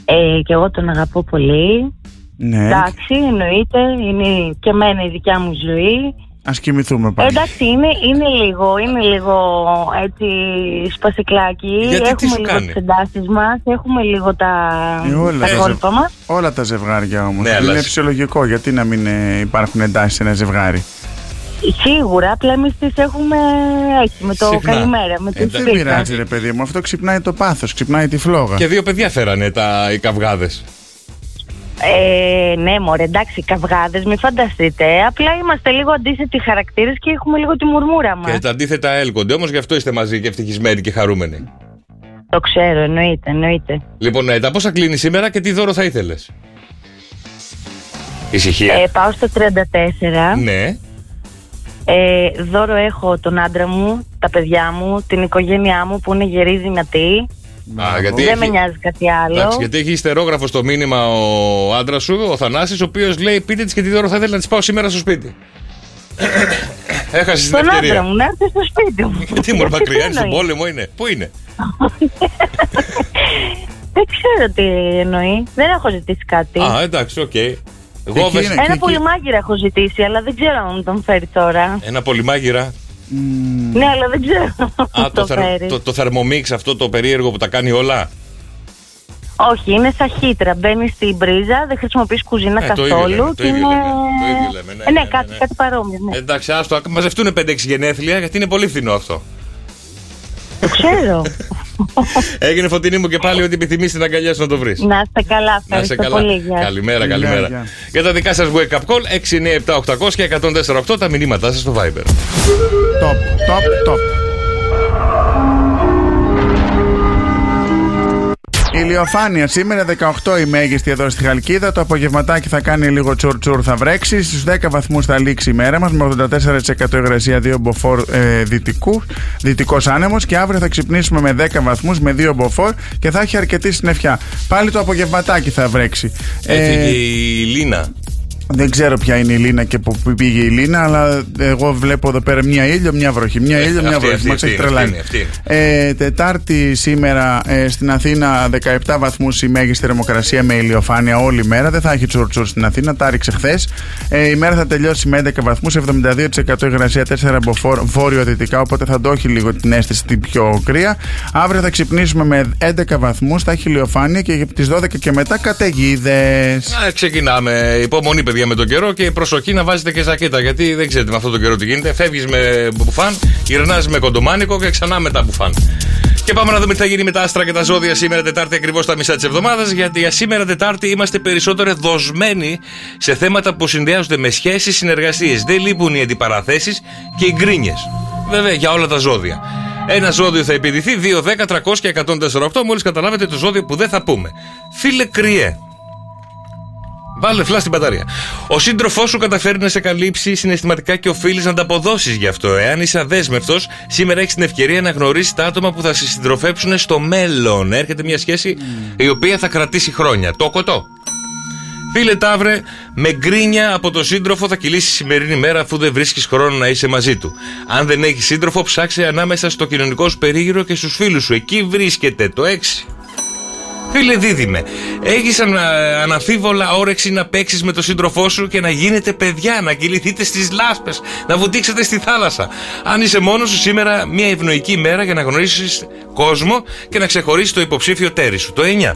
Speaker 6: Ε, και εγώ τον αγαπώ πολύ.
Speaker 4: Ναι,
Speaker 6: Εντάξει, εννοείται. Είναι και εμένα η δικιά μου ζωή.
Speaker 4: ας κοιμηθούμε
Speaker 6: Ε,
Speaker 4: πάλι.
Speaker 6: Εντάξει, είναι, είναι λίγο, είναι λίγο έτσι σπασικλάκι.
Speaker 7: Γιατί τι
Speaker 6: έχουμε
Speaker 7: σου
Speaker 6: λίγο
Speaker 7: κάνει?
Speaker 6: τις εντάσεις μας, έχουμε λίγο τα,
Speaker 4: Ε, όλα,
Speaker 6: τα
Speaker 4: τα
Speaker 6: κόλπα μας.
Speaker 4: Όλα τα ζευγάρια όμως.
Speaker 7: Ναι,
Speaker 4: είναι
Speaker 7: αλλά-
Speaker 4: φυσιολογικό. Γιατί να μην ε, υπάρχουν εντάσεις σε ένα ζευγάρι.
Speaker 6: Σίγουρα, απλά εμείς τις έχουμε έτσι, με το
Speaker 7: Συχνά.
Speaker 6: καλημέρα, με
Speaker 7: Ε,
Speaker 6: την
Speaker 7: δεν
Speaker 4: Δεν
Speaker 6: φίλη.
Speaker 4: πειράζει, ρε παιδί μου. Αυτό ξυπνάει το πάθος, ξυπνάει τη φλόγα.
Speaker 7: Και δύο παιδιά φέρανε τα, οι καυγάδες.
Speaker 6: Ε, ναι, μωρέ, εντάξει, καυγάδες, μην φανταστείτε. Απλά είμαστε λίγο αντίθετοι χαρακτήρες και έχουμε λίγο τη μουρμούρα μας.
Speaker 7: Και τα αντίθετα έλκονται. Όμως γι' αυτό είστε μαζί και ευτυχισμένοι και χαρούμενοι.
Speaker 6: Το ξέρω, εννοείται, εννοείται.
Speaker 7: Λοιπόν, ε, τα πόσα κλείνεις σήμερα και τι δώρο θα ήθελες. Ησυχία.
Speaker 6: Ε, πάω στο 34.
Speaker 7: ναι.
Speaker 6: Ε, δώρο έχω τον άντρα μου, τα παιδιά μου, την οικογένειά μου που είναι γερή δυνατή.
Speaker 7: Α, γιατί
Speaker 6: Δεν με
Speaker 7: έχει...
Speaker 6: νοιάζει κάτι άλλο.
Speaker 7: Εντάξει, γιατί έχει ιστερόγραφο στο μήνυμα ο άντρας σου, ο Θανάσης, ο οποίος λέει: Πείτε της και τι δώρο θα ήθελα να της πάω σήμερα στο σπίτι. Έχασες την
Speaker 6: Στον άντρα
Speaker 7: ευκαιρία.
Speaker 6: μου, να έρθει στο σπίτι μου.
Speaker 7: Γιατί μου μακριά, είναι στον
Speaker 6: εννοείς.
Speaker 7: πόλεμο είναι. Πού είναι.
Speaker 6: Δεν ξέρω τι εννοεί. Δεν έχω ζητήσει κάτι.
Speaker 7: Α, εντάξει, οκ. Γόβες-
Speaker 4: είναι. και
Speaker 6: Ένα
Speaker 4: εκεί-
Speaker 6: πολυμάγειρα έχω ζητήσει, αλλά δεν ξέρω αν μου τον φέρει τώρα.
Speaker 7: Ένα πολυμάγειρα.
Speaker 6: Ναι, αλλά δεν ξέρω αν
Speaker 7: Α,
Speaker 6: μου το
Speaker 7: το, θερμομίξ
Speaker 6: φέρεις.
Speaker 7: το, το Thermomix αυτό το περίεργο που τα κάνει όλα.
Speaker 6: Όχι, είναι σαν χύτρα. Μπαίνεις στην πρίζα, δεν χρησιμοποιείς κουζίνα
Speaker 7: Ε, το ίδιο λέμε,
Speaker 6: καθόλου.
Speaker 7: το
Speaker 6: και
Speaker 7: ίδιο
Speaker 6: είναι-
Speaker 7: λέμε, το ίδιο λέμε, ναι,
Speaker 6: Ε,
Speaker 7: ναι,
Speaker 6: Ναι,
Speaker 7: ναι,
Speaker 6: κάτι,
Speaker 7: ναι.
Speaker 6: κάτι παρόμοιο. ναι.
Speaker 7: Εντάξει, άστο, μαζευτούν 5-6 γενέθλια γιατί είναι πολύ φθηνό αυτό.
Speaker 6: Το ξέρω.
Speaker 7: Έγινε φωτεινή μου και πάλι ό,τι επιθυμείς την αγκαλιά σου να το βρεις.
Speaker 6: Να είστε καλά, ευχαριστώ πολύ. Γεια σας.
Speaker 7: Καλημέρα,
Speaker 4: Γεια,
Speaker 7: καλημέρα.
Speaker 4: γεια.
Speaker 7: Για τα δικά σας wake up call 6, 9, 7, 800 και 148 τα μηνύματά σας στο Viber.
Speaker 4: Top, top, top. Ηλιοφάνεια σήμερα 18 η μέγιστη εδώ στη Χαλκίδα. Το απογευματάκι θα κάνει λίγο τσουρτσουρ, θα βρέξει. Στου 10 βαθμούς θα λήξει η μέρα μας με 84% υγρασία, 2 μποφόρ ε, δυτικού. Δυτικός άνεμος και αύριο θα ξυπνήσουμε με 10 βαθμούς, με 2 μποφόρ και θα έχει αρκετή συννεφιά. Πάλι το απογευματάκι θα βρέξει. Ε,
Speaker 7: Έφυγε η Λίνα.
Speaker 4: Δεν ξέρω ποια είναι η Λίνα και που που πήγε η Λίνα, αλλά εγώ βλέπω εδώ πέρα μια ήλιο, μια βροχή. Μια ήλιο, μια
Speaker 7: Ε, αυτή,
Speaker 4: βροχή.
Speaker 7: αυτή,
Speaker 4: Μα έχει
Speaker 7: αυτή,
Speaker 4: τρελάνει.
Speaker 7: αυτή είναι,
Speaker 4: Ε, τετάρτη σήμερα ε, στην Αθήνα 17 βαθμούς η μέγιστη θερμοκρασία με ηλιοφάνεια όλη μέρα. Δεν θα έχει τσουρτσουρ στην Αθήνα, τα ρίξε χθες. Ε, η μέρα θα τελειώσει με 11 βαθμού, 72% υγρασία, 4 μποφόρ βόρειο-δυτικά, οπότε θα το έχει λίγο την αίσθηση την πιο κρύα. Αύριο θα ξυπνήσουμε με 11 βαθμούς, θα έχει ηλιοφάνεια και από τι 12 και μετά καταιγίδες.
Speaker 7: Α, ξεκινάμε. Υπομονή, παιδιά, με τον καιρό και προσοχή να βάζετε και ζακέτα. Γιατί δεν ξέρετε με αυτόν τον καιρό τι γίνεται. Φεύγεις με μπουφάν, γυρνάς με κοντομάνικο και ξανά μετά μπουφάν. Και πάμε να δούμε τι θα γίνει με τα άστρα και τα ζώδια σήμερα Τετάρτη ακριβώς στα μισά της εβδομάδας. Γιατί για σήμερα Τετάρτη είμαστε περισσότερο δοσμένοι σε θέματα που συνδυάζονται με σχέσεις, συνεργασίες. Δεν λείπουν οι αντιπαραθέσεις και οι γκρίνιες. Βέβαια για όλα τα ζώδια. Ένα ζώδιο θα επιδηθεί 2, 10, 300 και 148 μόλις καταλάβετε το ζώδιο που δεν θα πούμε. Φίλε κρυέ, Βάλε φλά στην μπαταρία. Ο σύντροφός σου καταφέρει να σε καλύψει συναισθηματικά και οφείλεις να ανταποδώσει γι' αυτό. Εάν είσαι αδέσμευτος, σήμερα έχεις την ευκαιρία να γνωρίσεις τα άτομα που θα σε συντροφέψουν στο μέλλον. Έρχεται μια σχέση η οποία θα κρατήσει χρόνια. Το κοτό. Φίλε Ταύρε, με γκρίνια από τον σύντροφο θα κυλήσει η σημερινή μέρα αφού δεν βρίσκεις χρόνο να είσαι μαζί του. Αν δεν έχεις σύντροφο, ψάξε ανάμεσα στο κοινωνικό σου περίγυρο και στους φίλους σου. Εκεί βρίσκεται το 6. Φίλε δίδυμε, έχεις ανα, αναφίβολα όρεξη να παίξεις με τον σύντροφό σου και να γίνετε παιδιά, να κυληθείτε στις λάσπες, να βουτήξετε στη θάλασσα. Αν είσαι μόνος σου σήμερα, μια ευνοϊκή μέρα για να γνωρίσεις κόσμο και να ξεχωρίσεις το υποψήφιο τέρι σου. Το 9.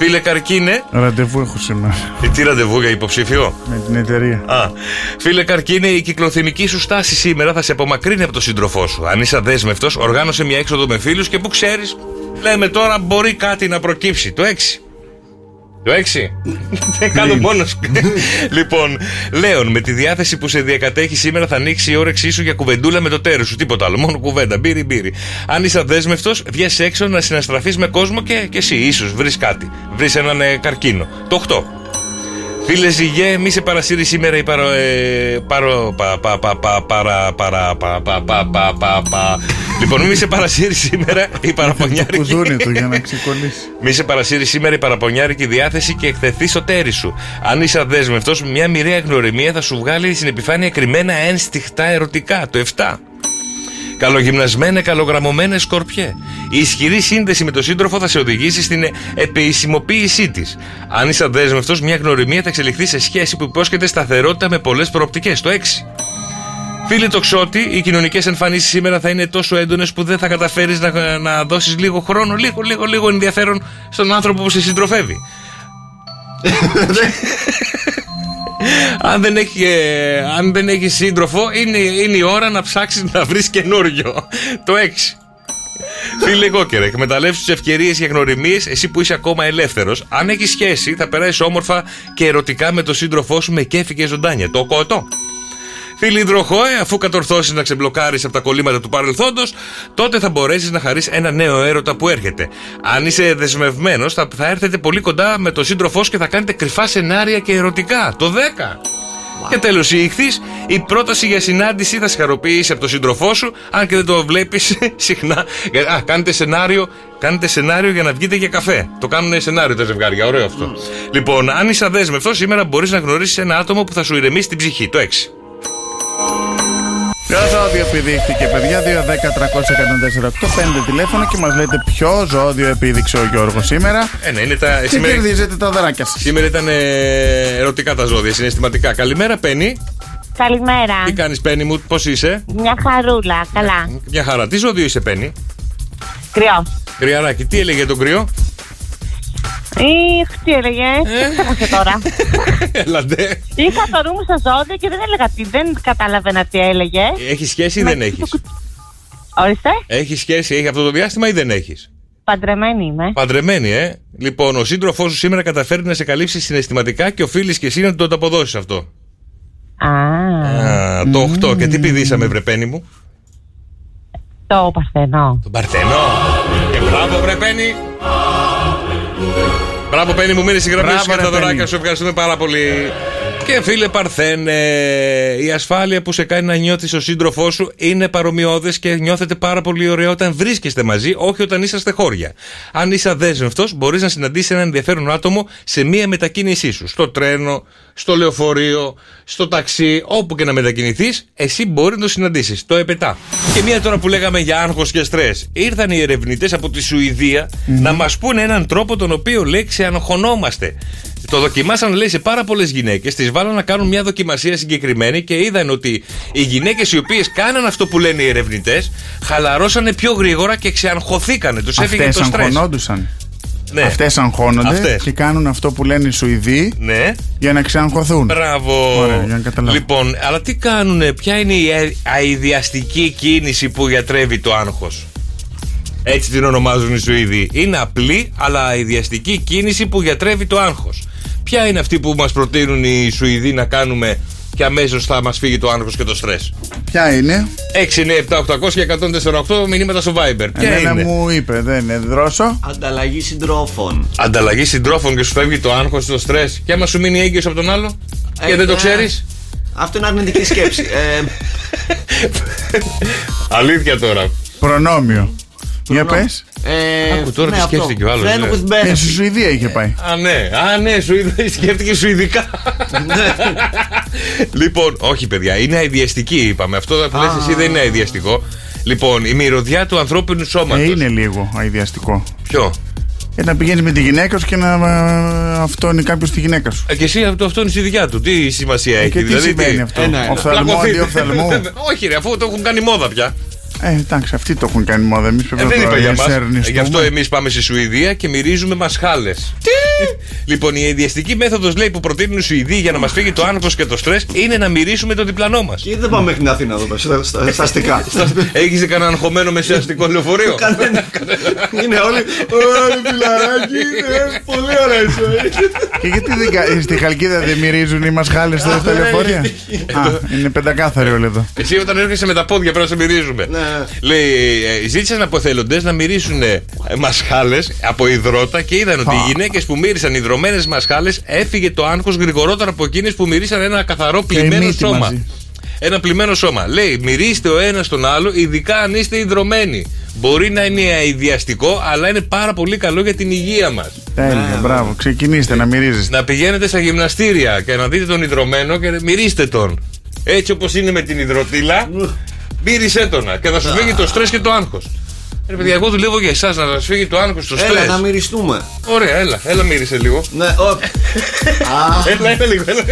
Speaker 7: Φίλε Καρκίνε, ε,
Speaker 4: Ραντεβού έχω σήμερα
Speaker 7: τι ραντεβού για υποψήφιο.
Speaker 4: με την εταιρεία.
Speaker 7: Α, φίλε Καρκίνε, η κυκλοθυμική σου στάση σήμερα θα σε απομακρύνει από τον σύντροφό σου. Αν είσαι αδέσμευτος, οργάνωσε μια έξοδο με φίλους και που ξέρεις, λέμε τώρα μπορεί κάτι να προκύψει. Το 6. Το 6. Δεν κάνω μόνο. λοιπόν, Λέων, με τη διάθεση που σε διακατέχει σήμερα θα ανοίξει η όρεξή σου για κουβεντούλα με το τέρος σου. Τίποτα άλλο. Μόνο κουβέντα. Μπύρι, μπύρι. Αν είσαι αδέσμευτος, βγες έξω να συναστραφείς με κόσμο και, και εσύ ίσως βρεις κάτι. Βρεις έναν ε, καρκίνο. Το 8. Φίλε Ζυγέ, μη σε παρασύρει σήμερα η παρο... ε, παρο... πα- πα- πα- πα- παρα... παρα... πα- πα- πα- πα- πα- πα. Λοιπόν, μη σε παρασύρει σήμερα η
Speaker 4: Το κουδούνι
Speaker 7: παραπονιάρικη...
Speaker 4: του για να ξεκολλήσει.
Speaker 7: Μη σε παρασύρει σήμερα η παραπονιάρικη διάθεση και εκθεθεί στο τέρι σου. Αν είσαι αδέσμευτος, μια μοιραία γνωριμία θα σου βγάλει στην επιφάνεια κρυμμένα ένστιχτα ερωτικά. Το 7. Καλογυμνασμένα, καλογραμμωμένα σκορπιέ. Η ισχυρή σύνδεση με τον σύντροφο θα σε οδηγήσει στην επισημοποίησή της. Αν είσαι αδέσμευτος, μια γνωριμία θα εξελιχθεί σε σχέση που υπόσχεται σταθερότητα με πολλές προοπτικές. Το 6. Φίλε τοξότη, οι κοινωνικές εμφανίσεις σήμερα θα είναι τόσο έντονες που δεν θα καταφέρεις να, να δώσεις λίγο χρόνο, λίγο, λίγο, λίγο ενδιαφέρον στον άνθρωπο που σε συντροφεύει. αν, δεν έχει, ε, αν δεν έχει σύντροφο, είναι, είναι η ώρα να ψάξεις να βρεις καινούριο. Το 6. Φίλε Κόκερ, εκμεταλλεύσου τις ευκαιρίες για γνωριμίες, εσύ που είσαι ακόμα ελεύθερος. Αν έχεις σχέση, θα περάσεις όμορφα και ερωτικά με τον σύντροφό σου με κέφι και ζωντάνια. Το κοτό. Φίλοι Ιδροχώε, αφού κατορθώσεις να ξεμπλοκάρεις από τα κολλήματα του παρελθόντος, τότε θα μπορέσεις να χαρείς ένα νέο έρωτα που έρχεται. Αν είσαι δεσμευμένος, θα, θα έρθετε πολύ κοντά με τον σύντροφό σου και θα κάνετε κρυφά σενάρια και ερωτικά. Το 10. Και τέλος, η ηχθής, η πρόταση για συνάντηση θα σε χαροποιήσει από τον σύντροφό σου, αν και δεν το βλέπεις συχνά. Για- Α, κάνετε σενάριο, κάνετε σενάριο για να βγείτε για καφέ. Το κάνουν σενάριο τα ζευγάρια, ωραίο αυτό. Λοιπόν, αν είσαι αδέσμευτος, σήμερα μπορείς να γνωρίσεις ένα άτομο που θα σου ηρεμήσει την ψυχή. Το 6.
Speaker 4: Ποιο ζώδιο επιδείχθηκε, παιδιά, 2, 10, 300, 148, παίρνετε τηλέφωνο και μας λέτε ποιο ζώδιο επίδειξε ο Γιώργος σήμερα.
Speaker 7: Ε, ναι, είναι τα.
Speaker 4: Και
Speaker 7: σήμερα,
Speaker 4: κερδίζετε τα δωράκια σας.
Speaker 7: σήμερα ήταν ε, ερωτικά τα ζώδια, συναισθηματικά. Καλημέρα, Πέννη.
Speaker 12: Καλημέρα.
Speaker 7: Τι Ναι. κάνεις, Πέννη μου, πώς είσαι.
Speaker 12: Μια χαρούλα, καλά.
Speaker 7: Μια χαρά. Τι ζώδιο είσαι, Πέννη.
Speaker 12: Κρυό.
Speaker 7: Κρυαράκι, τι έλεγε τον κρυό.
Speaker 12: Ήχ, τι έλεγε.
Speaker 7: Ε.
Speaker 12: Τι ξέχασε τώρα.
Speaker 7: Έλα, ντε.
Speaker 12: Είχα το νου μου στο ζώδιο και δεν έλεγα τι, δεν κατάλαβαινα τι έλεγε.
Speaker 7: Έχει σχέση ή δεν έχει.
Speaker 12: Ορίστε,
Speaker 7: Έχει σχέση, έχει αυτό το διάστημα ή δεν έχεις.
Speaker 12: παντρεμένη είμαι.
Speaker 7: Παντρεμένη, ε. Λοιπόν, ο σύντροφός σου σήμερα καταφέρει να σε καλύψει συναισθηματικά και οφείλεις και εσύ να το αποδώσει αυτό. Α, το 8. Και τι πηδήσαμε, βρε Πέννη μου.
Speaker 12: Το Παρθενό.
Speaker 7: Τον Παρθενό. Και μπράβο, βρε Πέννη. Μπράβο, Πένι μου, μείνεις συγγραφή
Speaker 13: Μπράβο,
Speaker 7: σου για
Speaker 13: ρε,
Speaker 7: τα δωράκια
Speaker 13: Πένι.
Speaker 7: σου. Ευχαριστούμε πάρα πολύ. Και φίλε Παρθένε, η ασφάλεια που σε κάνει να νιώθεις ο σύντροφός σου είναι παρομοιώδες και νιώθετε πάρα πολύ ωραία όταν βρίσκεστε μαζί, όχι όταν είσαστε χώρια. Αν είσαι αδέσμευτος, μπορείς να συναντήσεις ένα ενδιαφέρον άτομο σε μία μετακίνησή σου. Στο τρένο, στο λεωφορείο, στο ταξί, όπου και να μετακινηθείς, εσύ μπορεί να το συναντήσεις. Το επετά. Και μία τώρα που λέγαμε για άγχος και στρες. Ήρθαν οι ερευνητές από τη σουηδια να μας πούνε έναν τρόπο τον οποίο λέει ξεανοχωνόμαστε. Το δοκιμάσαν, λέει, σε πάρα πολλές γυναίκες. Τις βάλαν να κάνουν μια δοκιμασία συγκεκριμένη και είδαν ότι οι γυναίκες οι οποίες κάναν αυτό που λένε οι ερευνητές, χαλαρώσανε πιο γρήγορα και ξεαγχωθήκανε. Τους έφυγε
Speaker 4: Αυτές
Speaker 7: το στρες.
Speaker 4: αγχωνόντουσαν.
Speaker 7: Ναι.
Speaker 4: Αυτές αγχώνονται
Speaker 7: Αυτές.
Speaker 4: και κάνουν αυτό που λένε οι Σουηδοί
Speaker 7: Ναι.
Speaker 4: για να ξεαγχωθούν.
Speaker 7: Μπράβο.
Speaker 4: Ωραία, για να καταλάβω.
Speaker 7: Λοιπόν, αλλά τι κάνουνε, ποια είναι η αε- αειδιαστική κίνηση που γιατρεύει το άγχος. Έτσι την ονομάζουν οι Σουηδοί. Είναι απλή αλλά αειδιαστική κίνηση που γιατρεύει το άγχος. Ποια είναι αυτή που μας προτείνουν οι Σουηδοί να κάνουμε και αμέσως θα μας φύγει το άγχος και το στρες.
Speaker 4: Ποια είναι.
Speaker 7: 6, 9, 7, 800 και 148 μηνύματα στο Viber. Ποια
Speaker 4: Εμένα
Speaker 7: είναι.
Speaker 4: μου είπε, δεν είναι. Δρόσο.
Speaker 1: Ανταλλαγή συντρόφων.
Speaker 7: Ανταλλαγή συντρόφων και σου φεύγει το άγχος, το στρες. Και άμα σου μείνει έγκυος από τον άλλο και
Speaker 1: Ε,
Speaker 7: δεν το
Speaker 1: ε,
Speaker 7: ξέρεις.
Speaker 1: Αυτό είναι αρνητική σκέψη. Ε,
Speaker 7: Αλήθεια τώρα.
Speaker 4: Προνόμιο. Για πες.
Speaker 1: ε,
Speaker 7: Άκου τώρα
Speaker 1: ναι,
Speaker 7: τι
Speaker 1: αυτό.
Speaker 7: σκέφτηκε ο άλλος.
Speaker 1: Friend with benefit.
Speaker 4: Ε, στη Σουηδία είχε πάει. Ε,
Speaker 7: Α, ναι, α, ναι, Σουηδ- σκέφτηκε σουηδικά.
Speaker 4: Ναι.
Speaker 7: λοιπόν, όχι, παιδιά, είναι αειδιαστική, είπαμε. Αυτό που λες εσύ δεν είναι αειδιαστικό. Λοιπόν, η μυρωδιά του ανθρώπινου σώματος.
Speaker 4: Ε, είναι λίγο αειδιαστικό.
Speaker 7: Ποιο?
Speaker 4: Ε, να πηγαίνεις με τη γυναίκα σου και να ε, αυτό είναι κάποιος τη γυναίκα σου.
Speaker 7: Ε, Και εσύ αυτό, αυτό είναι στη δικιά του. Τι σημασία έχει,
Speaker 4: Ε,
Speaker 7: δηλαδή,
Speaker 4: και τι σημαίνει αυτό? Ένα-ένα. Οφθαλμό,
Speaker 7: Πλακωθεί.
Speaker 4: αντιοφθαλμού.
Speaker 7: όχι, ρε, αφού το έχουν κάνει μόδα πια.
Speaker 4: Ε, εντάξει, αυτοί το έχουν κάνει μόδα. Εμείς πρέπει
Speaker 7: Ε,
Speaker 4: να
Speaker 7: δεν
Speaker 4: το
Speaker 7: είπα για μας. Ε, Γι' αυτό
Speaker 4: εσέρνιστούμε.
Speaker 7: εμείς πάμε στη Σουηδία και μυρίζουμε μασχάλες. Τι! Λοιπόν, η αειδιαστική μέθοδος λέει που προτείνουν οι Σουηδοί για να μας φύγει το άγχο και το στρες είναι να μυρίσουμε το διπλανό μας.
Speaker 1: Και Ε, δεν πάμε μέχρι την Αθήνα εδώ πέρα, στα- στα- στα αστικά.
Speaker 7: Έχεις κανένα αγχωμένο μεσιαστικό λεωφορείο.
Speaker 1: Είναι όλοι. Ωραία, φιλαράκι, ε, πολύ ωραία η ζωή.
Speaker 4: Και γιατί δεν κα- ε, στη Χαλκίδα δεν μυρίζουν οι μασχάλες
Speaker 1: Α,
Speaker 4: στα
Speaker 1: ναι,
Speaker 4: λεωφορεία.
Speaker 1: γιατί-
Speaker 4: Α, είναι πεντακάθαροι όλοι εδώ.
Speaker 7: Εσύ όταν έρχεσαι με τα πόδια πρέπει να σε μυρίζουμε. Λέει, ε, ζήτησαν από θελοντέ να μυρίσουν μασχάλες από υδρότα και είδαν ότι
Speaker 4: Α.
Speaker 7: οι γυναίκες που μύρισαν υδρωμένες μασχάλες έφυγε το άγχος γρηγορότερα από εκείνες που μυρίσαν ένα καθαρό
Speaker 4: η
Speaker 7: πλημμένο
Speaker 4: μύτη
Speaker 7: σώμα.
Speaker 4: μαζί.
Speaker 7: Ένα πλημμένο σώμα. Λέει, μυρίστε ο ένας τον άλλο, ειδικά αν είστε υδρωμένοι. Μπορεί να είναι αειδιαστικό, αλλά είναι πάρα πολύ καλό για την υγεία μας.
Speaker 4: Τέλεια, μπράβο. Ξεκινήστε να μυρίζεστε.
Speaker 7: Να πηγαίνετε στα γυμναστήρια και να δείτε τον υδρωμένο και μυρίστε τον. Έτσι όπως είναι με την υδροτήλα, μύρισέ τον να. και θα σου φύγει το στρες και το άγχος. Ρε παιδιά, εγώ δουλεύω για εσάς να σας φύγει το άγχος, το στρε.
Speaker 1: Έλα, να μυριστούμε.
Speaker 7: Ωραία, έλα, έλα μύρισε λίγο.
Speaker 1: Ναι, οκ. Α,
Speaker 7: Έλα, έλα λίγο, έλα.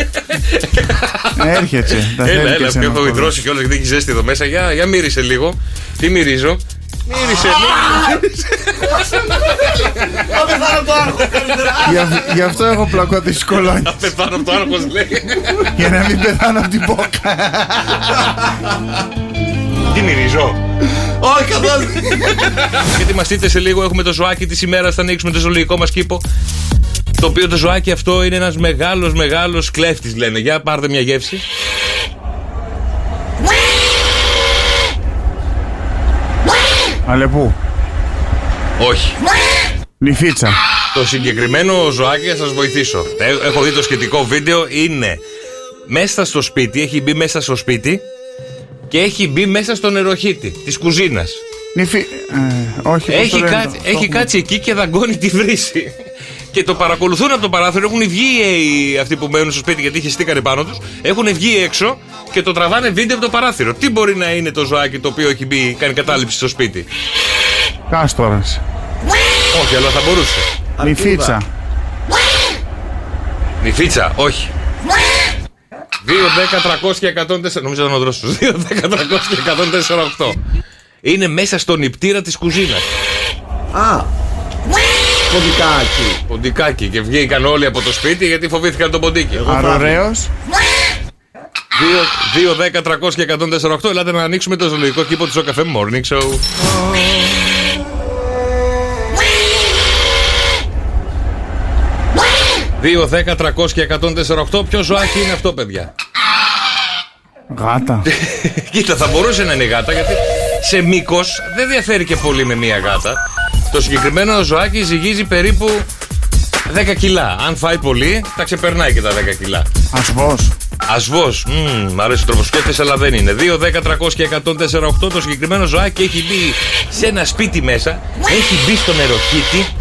Speaker 4: Έρχεται. Ε, Τα
Speaker 7: Έλα,
Speaker 4: θέλει και
Speaker 7: έλα, πιο
Speaker 4: εσένα
Speaker 7: έχω
Speaker 4: αυτό.
Speaker 7: υδρώσει κιόλας γιατί έχει ζέστη εδώ μέσα. Για, για μύρισε λίγο. Τι μυρίζω. Μύρισε λίγο.
Speaker 1: πάμε θα το άγχος, καλύτερα.
Speaker 4: Γι' αυ- Γι' αυτό έχω πλακώ τη σκολόνια.
Speaker 7: Θα πεθάνω από το άγχος, λέει.
Speaker 4: Για να μην πεθάνω από την πόκα.
Speaker 7: Τι μυρίζω.
Speaker 1: Όχι, καθόλου.
Speaker 7: Και ετοιμαστείτε σε λίγο, έχουμε το ζωάκι της ημέρας. Θα ανοίξουμε το ζωολογικό μας κήπο. Το οποίο το ζωάκι αυτό είναι ένας μεγάλος, μεγάλος κλέφτης, λένε. Για πάρτε μια γεύση.
Speaker 4: Αλεπού.
Speaker 7: Όχι.
Speaker 4: Νυφίτσα.
Speaker 7: Το συγκεκριμένο ζωάκι θα σας βοηθήσω. Ε, Έχω δει το σχετικό βίντεο. Είναι μέσα στο σπίτι, έχει μπει μέσα στο σπίτι και έχει μπει μέσα στο νεροχύτη της κουζίνας.
Speaker 4: Νυφί. ε, Όχι, πώς το
Speaker 7: Έχει,
Speaker 4: λένε
Speaker 7: κάτσει-
Speaker 4: το-
Speaker 7: έχει κάτσει εκεί και δαγκώνει τη βρύση. Και το παρακολουθούν από το παράθυρο. Έχουν βγει ε, οι, αυτοί που μένουν στο σπίτι γιατί χεστήκανε πάνω τους. Έχουν βγει έξω και το τραβάνε βίντεο από το παράθυρο. Τι μπορεί να είναι το ζωάκι το οποίο έχει μπει, κάνει κατάληψη στο σπίτι.
Speaker 4: Κάστορα.
Speaker 7: Όχι, αλλά θα μπορούσε.
Speaker 4: Νυφίτσα.
Speaker 7: Νιφίτσα, όχι. 2, 10, 300 και 104. Νομίζω ήταν ο δρόσος σου. 2, 10, 300 και 148. Είναι μέσα στον υπτήρα της κουζίνας.
Speaker 1: Α, ποντικάκι.
Speaker 7: Ποντικάκι και βγήκαν όλοι από το σπίτι γιατί φοβήθηκαν τον ποντίκι.
Speaker 4: Αρωραίο.
Speaker 7: 2, 10, 300 και 148. Ελάτε να ανοίξουμε το ζωολογικό κήπο του Σοκαφέ Morning Show. Δύο, 10, 300 και 148. Ποιο ζωάκι είναι αυτό, παιδιά.
Speaker 4: Γάτα.
Speaker 7: Κοίτα, θα μπορούσε να είναι γάτα γιατί σε μήκος δεν διαφέρει και πολύ με μία γάτα. Το συγκεκριμένο ζωάκι ζυγίζει περίπου 10 κιλά. Αν φάει πολύ, τα ξεπερνάει και τα 10 κιλά.
Speaker 4: Ασβός.
Speaker 7: Ασβός. Μμμ, μ' αρέσει ο τρόπος σκέφτεσαι, αλλά δεν είναι. 2, 10, 300 και 104,8 το συγκεκριμένο ζωάκι έχει μπει σε ένα σπίτι μέσα. Έχει μπει στον νεροχύτη.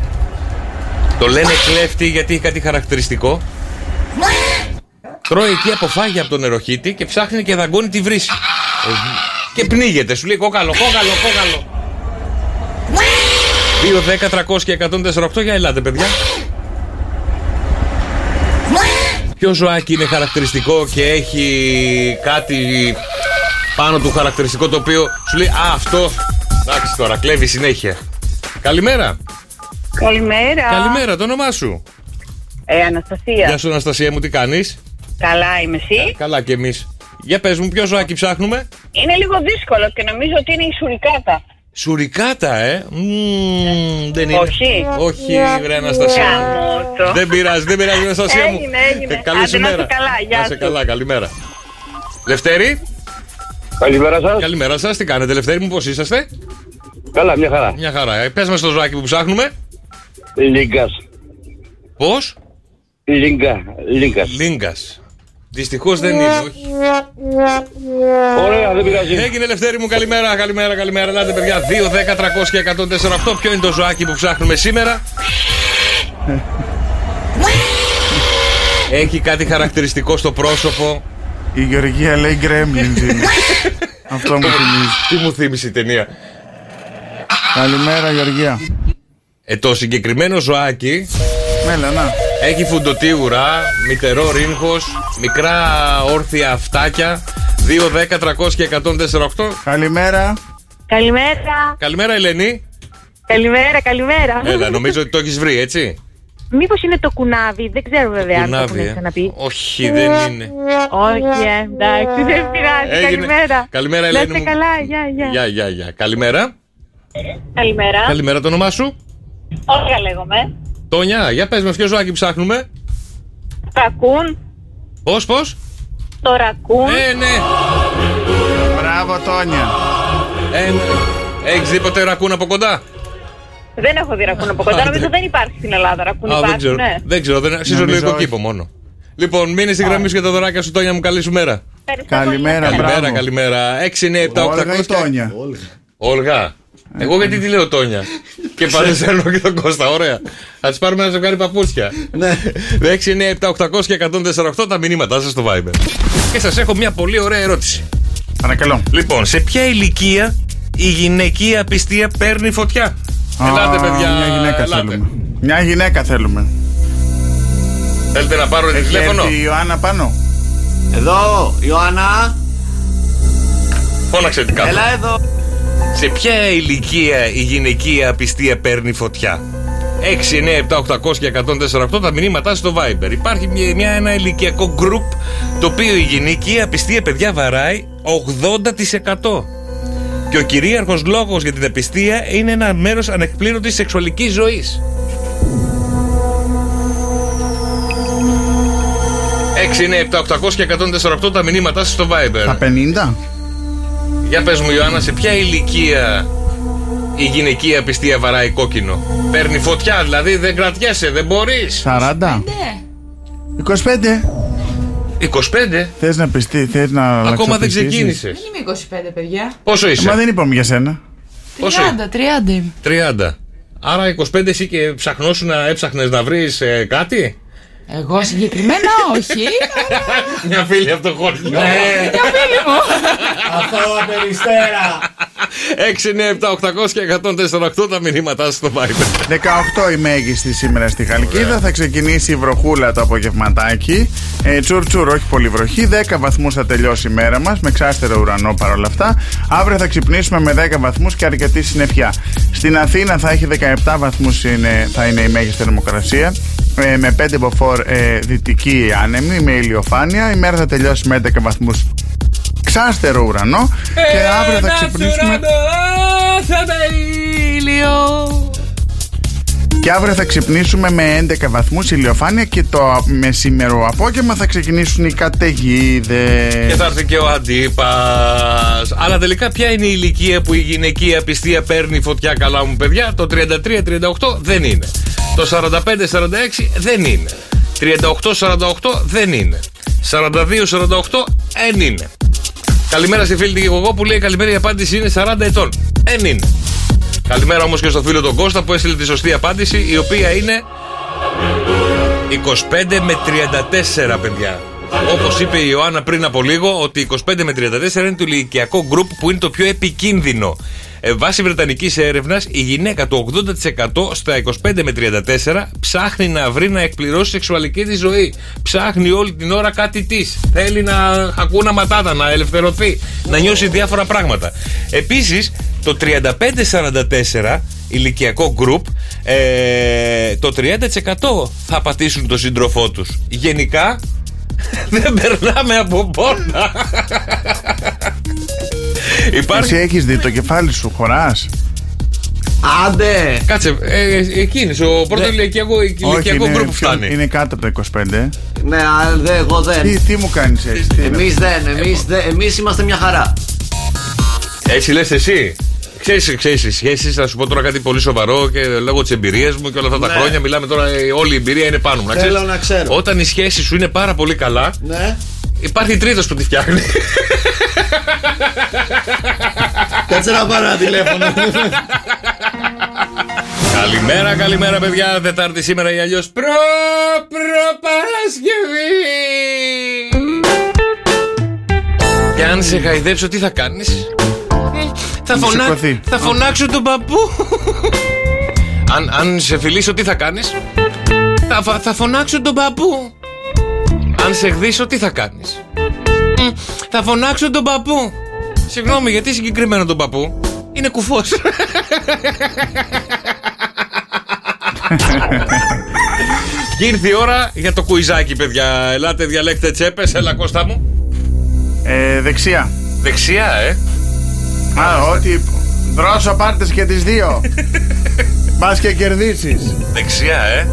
Speaker 7: Το λένε κλέφτη γιατί έχει κάτι χαρακτηριστικό. Τρώει εκεί αποφάγια από τον νεροχύτη και ψάχνει και δαγκώνει τη βρύση. Και πνίγεται, σου λέει κόκαλο, κόκαλο, κόκαλο. 2, 10, 300 και 148 για ελάτε, παιδιά. Ποιο ζωάκι είναι χαρακτηριστικό και έχει κάτι πάνω του χαρακτηριστικό το οποίο σου λέει Α, αυτό. Εντάξει τώρα, κλέβει συνέχεια. Καλημέρα.
Speaker 13: Καλημέρα.
Speaker 7: Καλημέρα, το όνομά σου.
Speaker 13: Ε, Αναστασία.
Speaker 7: Γεια σου, Αναστασία μου, τι κάνεις.
Speaker 13: Καλά είμαι εσύ.
Speaker 7: Καλά κι εμείς. Για πες μου, ποιο ζωάκι ψάχνουμε.
Speaker 13: Είναι λίγο δύσκολο και νομίζω ότι είναι η σουρικάτα.
Speaker 7: Σουρικάτα, ε. Μμμ, δεν είναι.
Speaker 13: Όχι.
Speaker 7: Όχι, βρε Αναστασία.
Speaker 13: Γαμώτο.
Speaker 7: Δεν πειράζει, δεν πειράζει, Αναστασία μου.
Speaker 13: Έγινε, έγινε.
Speaker 7: Ε, Καλή
Speaker 13: Άντε,
Speaker 7: σου
Speaker 13: να είσαι
Speaker 7: μέρα.
Speaker 13: καλά, γεια
Speaker 7: Να είσαι
Speaker 13: σου.
Speaker 7: καλά, καλημέρα. Λευτέρη.
Speaker 11: Καλημέρα σας.
Speaker 7: Καλημέρα σας, τι κάνετε, Λευτέρη μου, πώς είσαστε.
Speaker 11: Καλά, μια χαρά.
Speaker 7: Μια χαρά. Ε, πες μας το ζωάκι που ψάχνουμε.
Speaker 11: Λίγκας.
Speaker 7: Πώς?
Speaker 11: Λίγκα. Λίγκας.
Speaker 7: Λίγκας. Δυστυχώς δεν είναι.
Speaker 11: Ωραία, δεν πειράζει.
Speaker 7: Έγινε Λευτέρη μου, καλημέρα, καλημέρα, καλημέρα. Ελάτε, παιδιά. 2, 10, 300 και 148. Ποιο είναι το ζωάκι που ψάχνουμε σήμερα. Έχει κάτι χαρακτηριστικό στο πρόσωπο.
Speaker 4: Η Γεωργία λέει Gremlins είναι. Αυτό μου θυμίζει.
Speaker 7: Τι μου θύμισε η ταινία.
Speaker 4: Καλημέρα, Γεωργία.
Speaker 7: Ε, το συγκεκριμένο ζωάκι
Speaker 4: Μέλα, να.
Speaker 7: έχει φουντοτή ουρά, μητερό ρίγχο, μικρά όρθια αυτάκια. 2, 10, 300 και 148.
Speaker 4: Καλημέρα.
Speaker 12: Καλημέρα.
Speaker 7: Καλημέρα, Ελένη.
Speaker 12: Καλημέρα, καλημέρα.
Speaker 7: Έλα, νομίζω ότι το έχεις βρει, έτσι.
Speaker 12: Μήπως είναι το κουνάβι, δεν ξέρω βέβαια αν το
Speaker 7: Κουνάβι,
Speaker 12: έχουμε
Speaker 7: ε.
Speaker 12: ξαναπεί.
Speaker 7: Όχι, δεν είναι.
Speaker 12: Όχι, ε, εντάξει, δεν πειράζει.
Speaker 7: Έγινε.
Speaker 12: Καλημέρα.
Speaker 7: Καλημέρα,
Speaker 12: Να
Speaker 7: Ελένη
Speaker 12: είστε
Speaker 7: μου.
Speaker 12: καλά, γεια, γεια.
Speaker 7: Γεια, γεια, γεια. Καλημέρα.
Speaker 13: Καλημέρα.
Speaker 7: Καλημέρα, το όνομά σου.
Speaker 13: Όργα λέγομαι.
Speaker 7: Τόνια, για πες μας, ποιο ζωάκι ψάχνουμε.
Speaker 13: Ρακούν.
Speaker 7: Πώς, πώς.
Speaker 13: Το ρακούν.
Speaker 7: Ε, ναι.
Speaker 4: Μπράβο, Τόνια.
Speaker 7: Ε, Έχεις δει ποτέ ρακούν από κοντά.
Speaker 13: Δεν έχω δει ρακούν από κοντά. Νομίζω δεν υπάρχει στην Ελλάδα ρακούν.
Speaker 7: Α, δεν
Speaker 13: υπάρχουν,
Speaker 7: ξέρω.
Speaker 13: ναι.
Speaker 7: Δεν ξέρω, δεν σε
Speaker 4: Νομίζω
Speaker 7: ζωολογικό
Speaker 4: όχι.
Speaker 7: κήπο μόνο. Λοιπόν, μείνε στη γραμμή σου για τα δωράκια σου, Τόνια μου, καλή σου μέρα.
Speaker 4: Καλημέρα,
Speaker 7: Καλημέρα,
Speaker 4: μπράβο.
Speaker 7: καλημέρα. 6, 9, 7, 800.
Speaker 4: Όλγα ή Τόνια.
Speaker 7: Όλγα. Εγώ γιατί τη λέω Τόνια. και παρεσέρνω και τον Κώστα, ωραία. Θα της πάρουμε ένα ζευγάρι παπούτσια.
Speaker 4: Ναι.
Speaker 7: 6, 9, 7, 800 και 148 τα μηνύματά σας στο Viber. Και σας έχω μια πολύ ωραία ερώτηση.
Speaker 4: Παρακαλώ.
Speaker 7: Λοιπόν, σε ποια ηλικία η γυναικεία απιστία παίρνει φωτιά.
Speaker 4: Α,
Speaker 7: Ελάτε, παιδιά.
Speaker 4: Μια γυναίκα
Speaker 7: ελάτε.
Speaker 4: θέλουμε. Μια γυναίκα θέλουμε.
Speaker 7: Θέλετε να πάρω Ε, τηλέφωνο.
Speaker 4: έρθει η Ιωάννα πάνω.
Speaker 14: Εδώ, Ιωάννα,
Speaker 7: Φώναξε την κάτω.
Speaker 14: έλα εδώ.
Speaker 7: Σε ποια ηλικία η γυναικεία απιστία παίρνει φωτιά. 6, 9, 7, 800 και 148 τα μηνύματά στο Viber. Υπάρχει μια, μια- ένα ηλικιακό group το οποίο η γυναικεία απιστία παιδιά βαράει 80%. Και ο κυρίαρχος λόγος για την απιστία είναι ένα μέρος ανεκπλήρωτης σεξουαλικής ζωής. 6, 9, 7, 800 και 148 τα μηνύματά σας στο Viber.
Speaker 4: Τα 50.
Speaker 7: Για πες μου Ιωάννα, σε ποια ηλικία η γυναικεία πιστία βαράει κόκκινο. Παίρνει φωτιά, δηλαδή δεν κρατιέσαι, δεν μπορείς.
Speaker 4: 40. 25.
Speaker 7: 25,
Speaker 4: Θες να πιστεί, θες να
Speaker 7: ακόμα δεν
Speaker 4: αλλάξεις
Speaker 7: ξεκίνησες.
Speaker 15: είμαι 25, παιδιά.
Speaker 7: Πόσο
Speaker 4: πιστήσεις. Μα
Speaker 7: είσαι,
Speaker 4: δεν είπαμε για σένα.
Speaker 15: 30, 30 είμαι.
Speaker 7: 30. Άρα 25 εσύ και ψαχνόσου να έψαχνες να βρεις ε, κάτι.
Speaker 15: Εγώ συγκεκριμένα όχι.
Speaker 7: Μια φίλη από το χωριό.
Speaker 15: Μια φίλη μου.
Speaker 14: Αθώα περιστέρα.
Speaker 7: 6, 9, 7, 800 και 148 τα μηνύματά σου στο Viber.
Speaker 4: 18 η μέγιστη σήμερα στη Χαλκίδα. Θα ξεκινήσει η βροχούλα το απογευματάκι. Ε, τσουρ τσουρ, όχι πολύ βροχή. 10 βαθμούς θα τελειώσει η μέρα μας, με ξάστερο ουρανό παρόλα αυτά. Αύριο θα ξυπνήσουμε με 10 βαθμούς και αρκετή συννεφιά. Στην Αθήνα θα έχει 17 βαθμού, θα είναι η μέγιστη θερμοκρασία. Ε, με 5 μποφόρ ε, δυτική άνεμη, με ηλιοφάνεια. Η μέρα θα τελειώσει με 11 βαθμούς ξάστερο ουρανό. και αύριο θα ξυπνήσουμε. Και αύριο θα ξυπνήσουμε με 11 βαθμούς ηλιοφάνεια και το μεσημερό απόγευμα θα ξεκινήσουν οι καταιγίδες.
Speaker 7: Και θα έρθει και ο αντίπας. Αλλά τελικά ποια είναι η ηλικία που η γυναική απιστία παίρνει φωτιά καλά μου παιδιά. Το 33-38 δεν είναι. Το 45-46 δεν είναι. 38-48 δεν είναι. 42-48 δεν είναι. Καλημέρα στη φίλη την Γεγογό που λέει καλημέρα η απάντηση είναι 40 ετών. Δεν είναι. Καλημέρα όμως και στο φίλο τον Κώστα που έστειλε τη σωστή απάντηση η οποία είναι 25 με 34 παιδιά. Όπως είπε η Ιωάννα πριν από λίγο, ότι 25 με 34 είναι το ηλικιακό γκρουπ που είναι το πιο επικίνδυνο. Ε, βάσει Βρετανικής έρευνας, η γυναίκα του 80% στα 25 με 34 ψάχνει να βρει να εκπληρώσει σεξουαλική της ζωή. Ψάχνει όλη την ώρα κάτι της. Θέλει να ακούνα ματάτα, να ελευθερωθεί, να νιώσει διάφορα πράγματα. Επίσης, το 35-44 ηλικιακό γκρουπ, ε, το 30% θα πατήσουν τον σύντροφό τους. Γενικά, δεν περνάμε από πόρτα.
Speaker 4: Εσύ έχεις δει το κεφάλι σου, χωράς.
Speaker 7: Άντε! Κάτσε, ε, εκείνης, ο πρώτος
Speaker 4: Ναι.
Speaker 7: ηλικιακό, ηλικιακό γκρουπ φτάνει.
Speaker 4: Είναι κάτω από τα 25.
Speaker 14: Ναι, α, δε, εγώ δεν.
Speaker 4: Τι, τι μου κάνεις έτσι. τι είναι
Speaker 14: Εμεί
Speaker 4: αυτό.
Speaker 14: δεν, εμείς εμείς είμαστε μια χαρά.
Speaker 7: Έτσι λες εσύ. Ξέρεις, ξέρεις, οι σχέσεις, θα σου πω τώρα κάτι πολύ σοβαρό και λόγω της εμπειρίας μου και όλα αυτά τα
Speaker 14: Ναι.
Speaker 7: χρόνια μιλάμε τώρα, ε, όλη η εμπειρία είναι πάνω μου.
Speaker 14: Θέλω
Speaker 7: ξέρεις,
Speaker 14: να ξέρω.
Speaker 7: Όταν η σχέση σου είναι πάρα πολύ καλά,
Speaker 14: Ναι.
Speaker 7: υπάρχει τρίτος που τη φτιάχνει.
Speaker 14: Κάτσε να πάρω ένα τηλέφωνο.
Speaker 7: καλημέρα, καλημέρα παιδιά, Δετάρτη σήμερα ή αλλιώς προ, προ Παρασκευή. Και αν σε χαϊδέψω, τι θα κάνεις? Θα,
Speaker 4: Θα
Speaker 7: φωνά-
Speaker 4: σηκωθεί.
Speaker 7: θα φωνάξω τον παππού. αν, αν σε φιλήσω, τι θα κάνεις? Θα, φα- θα φωνάξω τον παππού. Αν σε εκδίσω, τι θα κάνεις? Μμ, Θα φωνάξω τον παππού. Συγγνώμη, γιατί συγκεκριμένο τον παππού. Είναι κουφός. Και ήρθε η ώρα για το κουιζάκι, παιδιά. Ελάτε, διαλέξτε τσέπες. Έλα, Κώστα μου.
Speaker 4: Ε, δεξιά.
Speaker 7: Δεξιά, ε.
Speaker 4: Α, ότι. Δρόσο πάρτες και τις δύο. Μπα και κερδίσεις.
Speaker 7: Δεξιά, ε.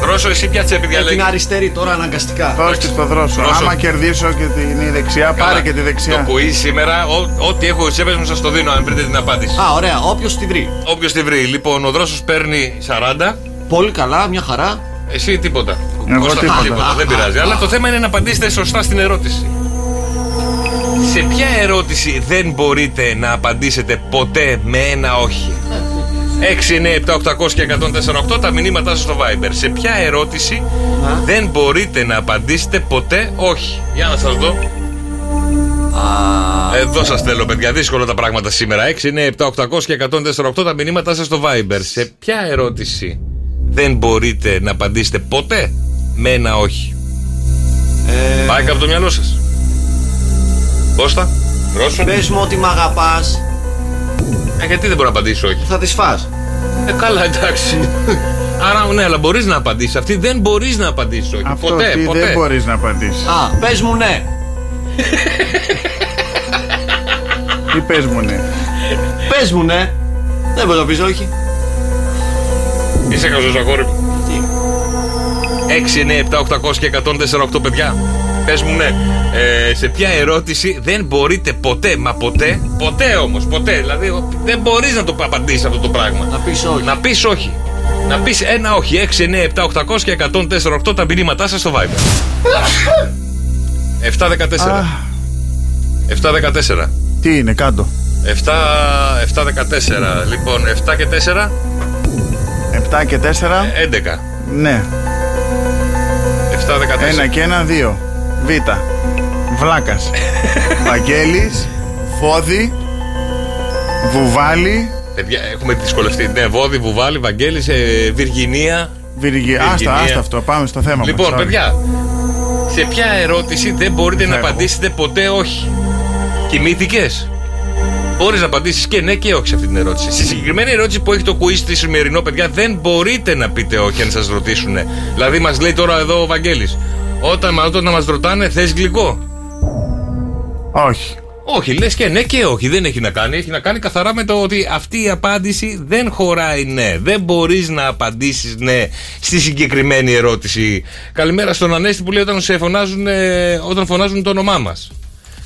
Speaker 7: Δρόσο, εσύ ποια τσέπη διαλέγεις.
Speaker 14: Την αριστερή τώρα αναγκαστικά.
Speaker 4: Δώστε στο δρόσο.
Speaker 7: Δρόσο.
Speaker 4: Άμα κερδίσω και την δεξιά,
Speaker 7: Καλά.
Speaker 4: πάρε και τη
Speaker 7: Το
Speaker 4: δεξιά.
Speaker 7: κουί σήμερα, ό, ό,τι έχω στις τσέπες μου σας το δίνω αν βρείτε την απάντηση.
Speaker 14: Α, ωραία, όποιος τη βρει.
Speaker 7: Όποιος τη βρει. Λοιπόν, ο Δρόσος παίρνει 40.
Speaker 14: Πολύ καλά, μια χαρά.
Speaker 7: Εσύ τίποτα.
Speaker 14: Εγώ
Speaker 7: Κώστα,
Speaker 14: τίποτα.
Speaker 7: Δεν πειράζει. Αλλά το θέμα είναι να απαντήσετε σωστά στην ερώτηση. Σε ποια ερώτηση δεν μπορείτε να απαντήσετε ποτέ με ένα όχι. 6, 9, 7, 800 και 148 τα μηνύματά σας στο Viber. Σε ποια ερώτηση δεν μπορείτε να απαντήσετε ποτέ όχι. Για να σας δω. Εδώ σας θέλω παιδιά, δύσκολα τα πράγματα σήμερα. 6, 9, 7, 800 και 148 τα μηνύματά σας στο Viber. Σε ποια ερώτηση δεν μπορείτε να απαντήσετε ποτέ με ένα όχι.
Speaker 4: Ε.
Speaker 7: Πάει κάπου το μυαλό σας. Κώστα, Ρώσο.
Speaker 14: Πες μου ότι μ' αγαπάς,
Speaker 7: Ε, γιατί δεν μπορεί να απαντήσει όχι.
Speaker 14: θα τη φά.
Speaker 7: Ε, καλά, εντάξει. Άρα, ναι, αλλά μπορείς να απαντήσεις. Αυτή δεν μπορείς να απαντήσεις όχι.
Speaker 4: Αυτό
Speaker 7: ποτέ,
Speaker 4: τι
Speaker 7: ποτέ.
Speaker 4: δεν μπορείς να απαντήσεις.
Speaker 14: Α, πες μου ναι.
Speaker 4: Τι πες μου, ναι.
Speaker 14: Πες μου ναι. Δεν μπορείς να πεις όχι.
Speaker 7: Είσαι καζό αγόρι μου. 6, 9, 7, 800 και 148 παιδιά. Πες μου, ναι. Ε, σε ποια ερώτηση δεν μπορείτε ποτέ, μα ποτέ, ποτέ όμως, ποτέ. Δηλαδή, ο- δεν μπορείς να το απαντήσεις αυτό το πράγμα. Να
Speaker 14: πεις όχι.
Speaker 7: Να πεις όχι. Να πεις ένα όχι. 6, 9, 7, 800 και 148 τα μηνύματά σας στο Viber. 7-14. 7-14.
Speaker 4: Τι είναι, κάτω.
Speaker 7: 7-14. Λοιπόν, 7 και 4,
Speaker 4: 7 και 4.
Speaker 7: 11.
Speaker 4: Ναι.
Speaker 7: 7-14.
Speaker 4: Ένα και ένα, δύο. Β. Βλάκας. Βαγγέλης. Φώδη. Βουβάλι.
Speaker 7: Παιδιά, έχουμε δυσκολευτεί. Ναι, Βόδη, Βουβάλη, Βαγγέλης, ε, Βυργινία.
Speaker 4: Βυργι... Άστα, άστα αυτό. Πάμε στο θέμα μας.
Speaker 7: Λοιπόν,
Speaker 4: Sorry.
Speaker 7: παιδιά, σε ποια ερώτηση δεν μπορείτε να απαντήσετε ποτέ όχι. Κοιμήθηκες. Μπορείς να απαντήσεις και ναι και όχι σε αυτή την ερώτηση. Στη συγκεκριμένη ερώτηση που έχει το quiz της σημερινό, παιδιά, δεν μπορείτε να πείτε όχι αν σας ρωτήσουν. Δηλαδή, μας λέει τώρα εδώ ο Βαγγέλης, όταν, όταν μας ρωτάνε, θες γλυκό.
Speaker 4: Όχι.
Speaker 7: Όχι, λες και ναι και όχι. Δεν έχει να κάνει. Έχει να κάνει καθαρά με το ότι αυτή η απάντηση δεν χωράει ναι. Δεν μπορείς να απαντήσεις ναι στη συγκεκριμένη ερώτηση. Καλημέρα στον Ανέστη που λέει όταν, σε φωνάζουν, ε, όταν φωνάζουν το όνομά μας.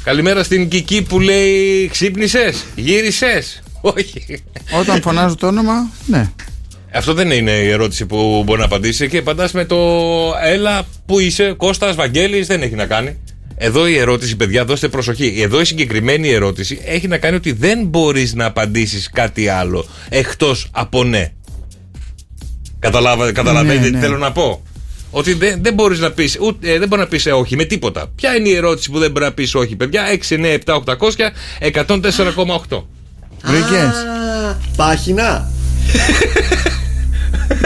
Speaker 7: Καλημέρα στην Κική που λέει ξύπνησες, γύρισες. Όχι.
Speaker 4: Όταν φωνάζω το όνομα, ναι.
Speaker 7: Αυτό δεν είναι η ερώτηση που μπορεί να απαντήσει. Και απαντάς με το Έλα, πού είσαι, Κώστας, Βαγγέλης δεν έχει να κάνει. Εδώ η ερώτηση, παιδιά, δώστε προσοχή. Εδώ η συγκεκριμένη ερώτηση έχει να κάνει ότι δεν μπορείς να απαντήσεις κάτι άλλο εκτός από ναι. Καταλάβα, καταλαβαίνετε
Speaker 16: Ναι,
Speaker 7: τι
Speaker 16: ναι.
Speaker 7: θέλω να πω. Ότι δεν, δεν μπορείς να πεις ε, δεν μπορεί να πεις, ε, όχι με τίποτα. Ποια είναι η ερώτηση που δεν μπορεί να πεις όχι, παιδιά. ναι, 6, 9, 7, 800, 104,8.
Speaker 4: Βρήκε.
Speaker 14: Πάχινα.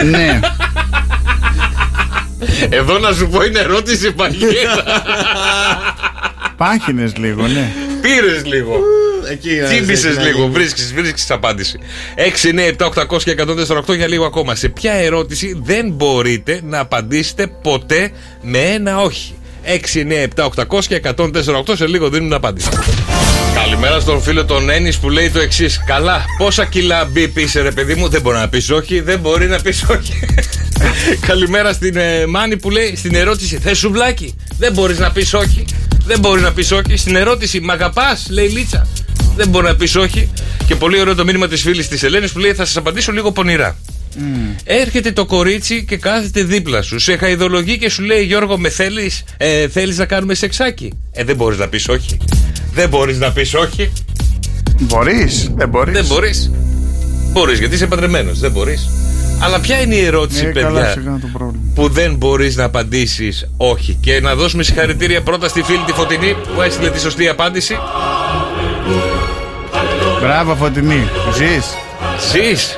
Speaker 4: ναι.
Speaker 7: Εδώ να σου πω είναι ερώτηση παγίδα.
Speaker 4: Πάχινες λίγο, ναι.
Speaker 7: Πήρες λίγο.
Speaker 14: να
Speaker 7: Τσίμπησε
Speaker 14: δεις, εκεί να
Speaker 7: λίγο.
Speaker 14: γίνει.
Speaker 7: Βρίσκεις βρίσκεις απάντηση. 6, 9, 7, 800 και 148 για λίγο ακόμα. Σε ποια ερώτηση δεν μπορείτε να απαντήσετε ποτέ με ένα όχι. 6, 9, 7, 800 και 148 σε λίγο δίνουν απάντηση. Καλημέρα στον φίλο τον Έννη που λέει το εξής. Καλά, πόσα κιλά μπει πίσω, ρε παιδί μου, δεν μπορεί να πεις όχι, δεν μπορεί να πεις όχι. Καλημέρα στην ε, Μάνη που λέει στην ερώτηση Θες σουβλάκι. Δεν μπορείς να πεις όχι. Δεν μπορεί να πεις όχι. Στην ερώτηση Μ' αγαπάς, λέει η Λίτσα. Δεν μπορεί να πεις όχι. Και πολύ ωραίο το μήνυμα της φίλης της Ελένης που λέει Θα σας απαντήσω λίγο πονηρά. Έρχεται το κορίτσι και κάθεται δίπλα σου. Σε χαϊδολογεί και σου λέει Γιώργο, με θέλεις ε, θέλεις να κάνουμε σεξάκι. Ε, δεν μπορείς να πεις όχι. Δεν μπορείς να πεις όχι.
Speaker 4: Μπορείς, δεν μπορείς.
Speaker 7: Δεν μπορείς. Μπορείς γιατί είσαι παντρεμένος. Δεν μπορείς. Αλλά ποια είναι η ερώτηση,
Speaker 4: Ε,
Speaker 7: παιδιά,
Speaker 4: καλά, σιγά το πρόβλημα.
Speaker 7: που δεν μπορείς να απαντήσεις όχι. Και να δώσουμε συγχαρητήρια πρώτα στη φίλη τη Φωτεινή που έστειλε τη σωστή απάντηση.
Speaker 4: Μπράβο, φωτεινή. Ζεις.
Speaker 7: Σεις,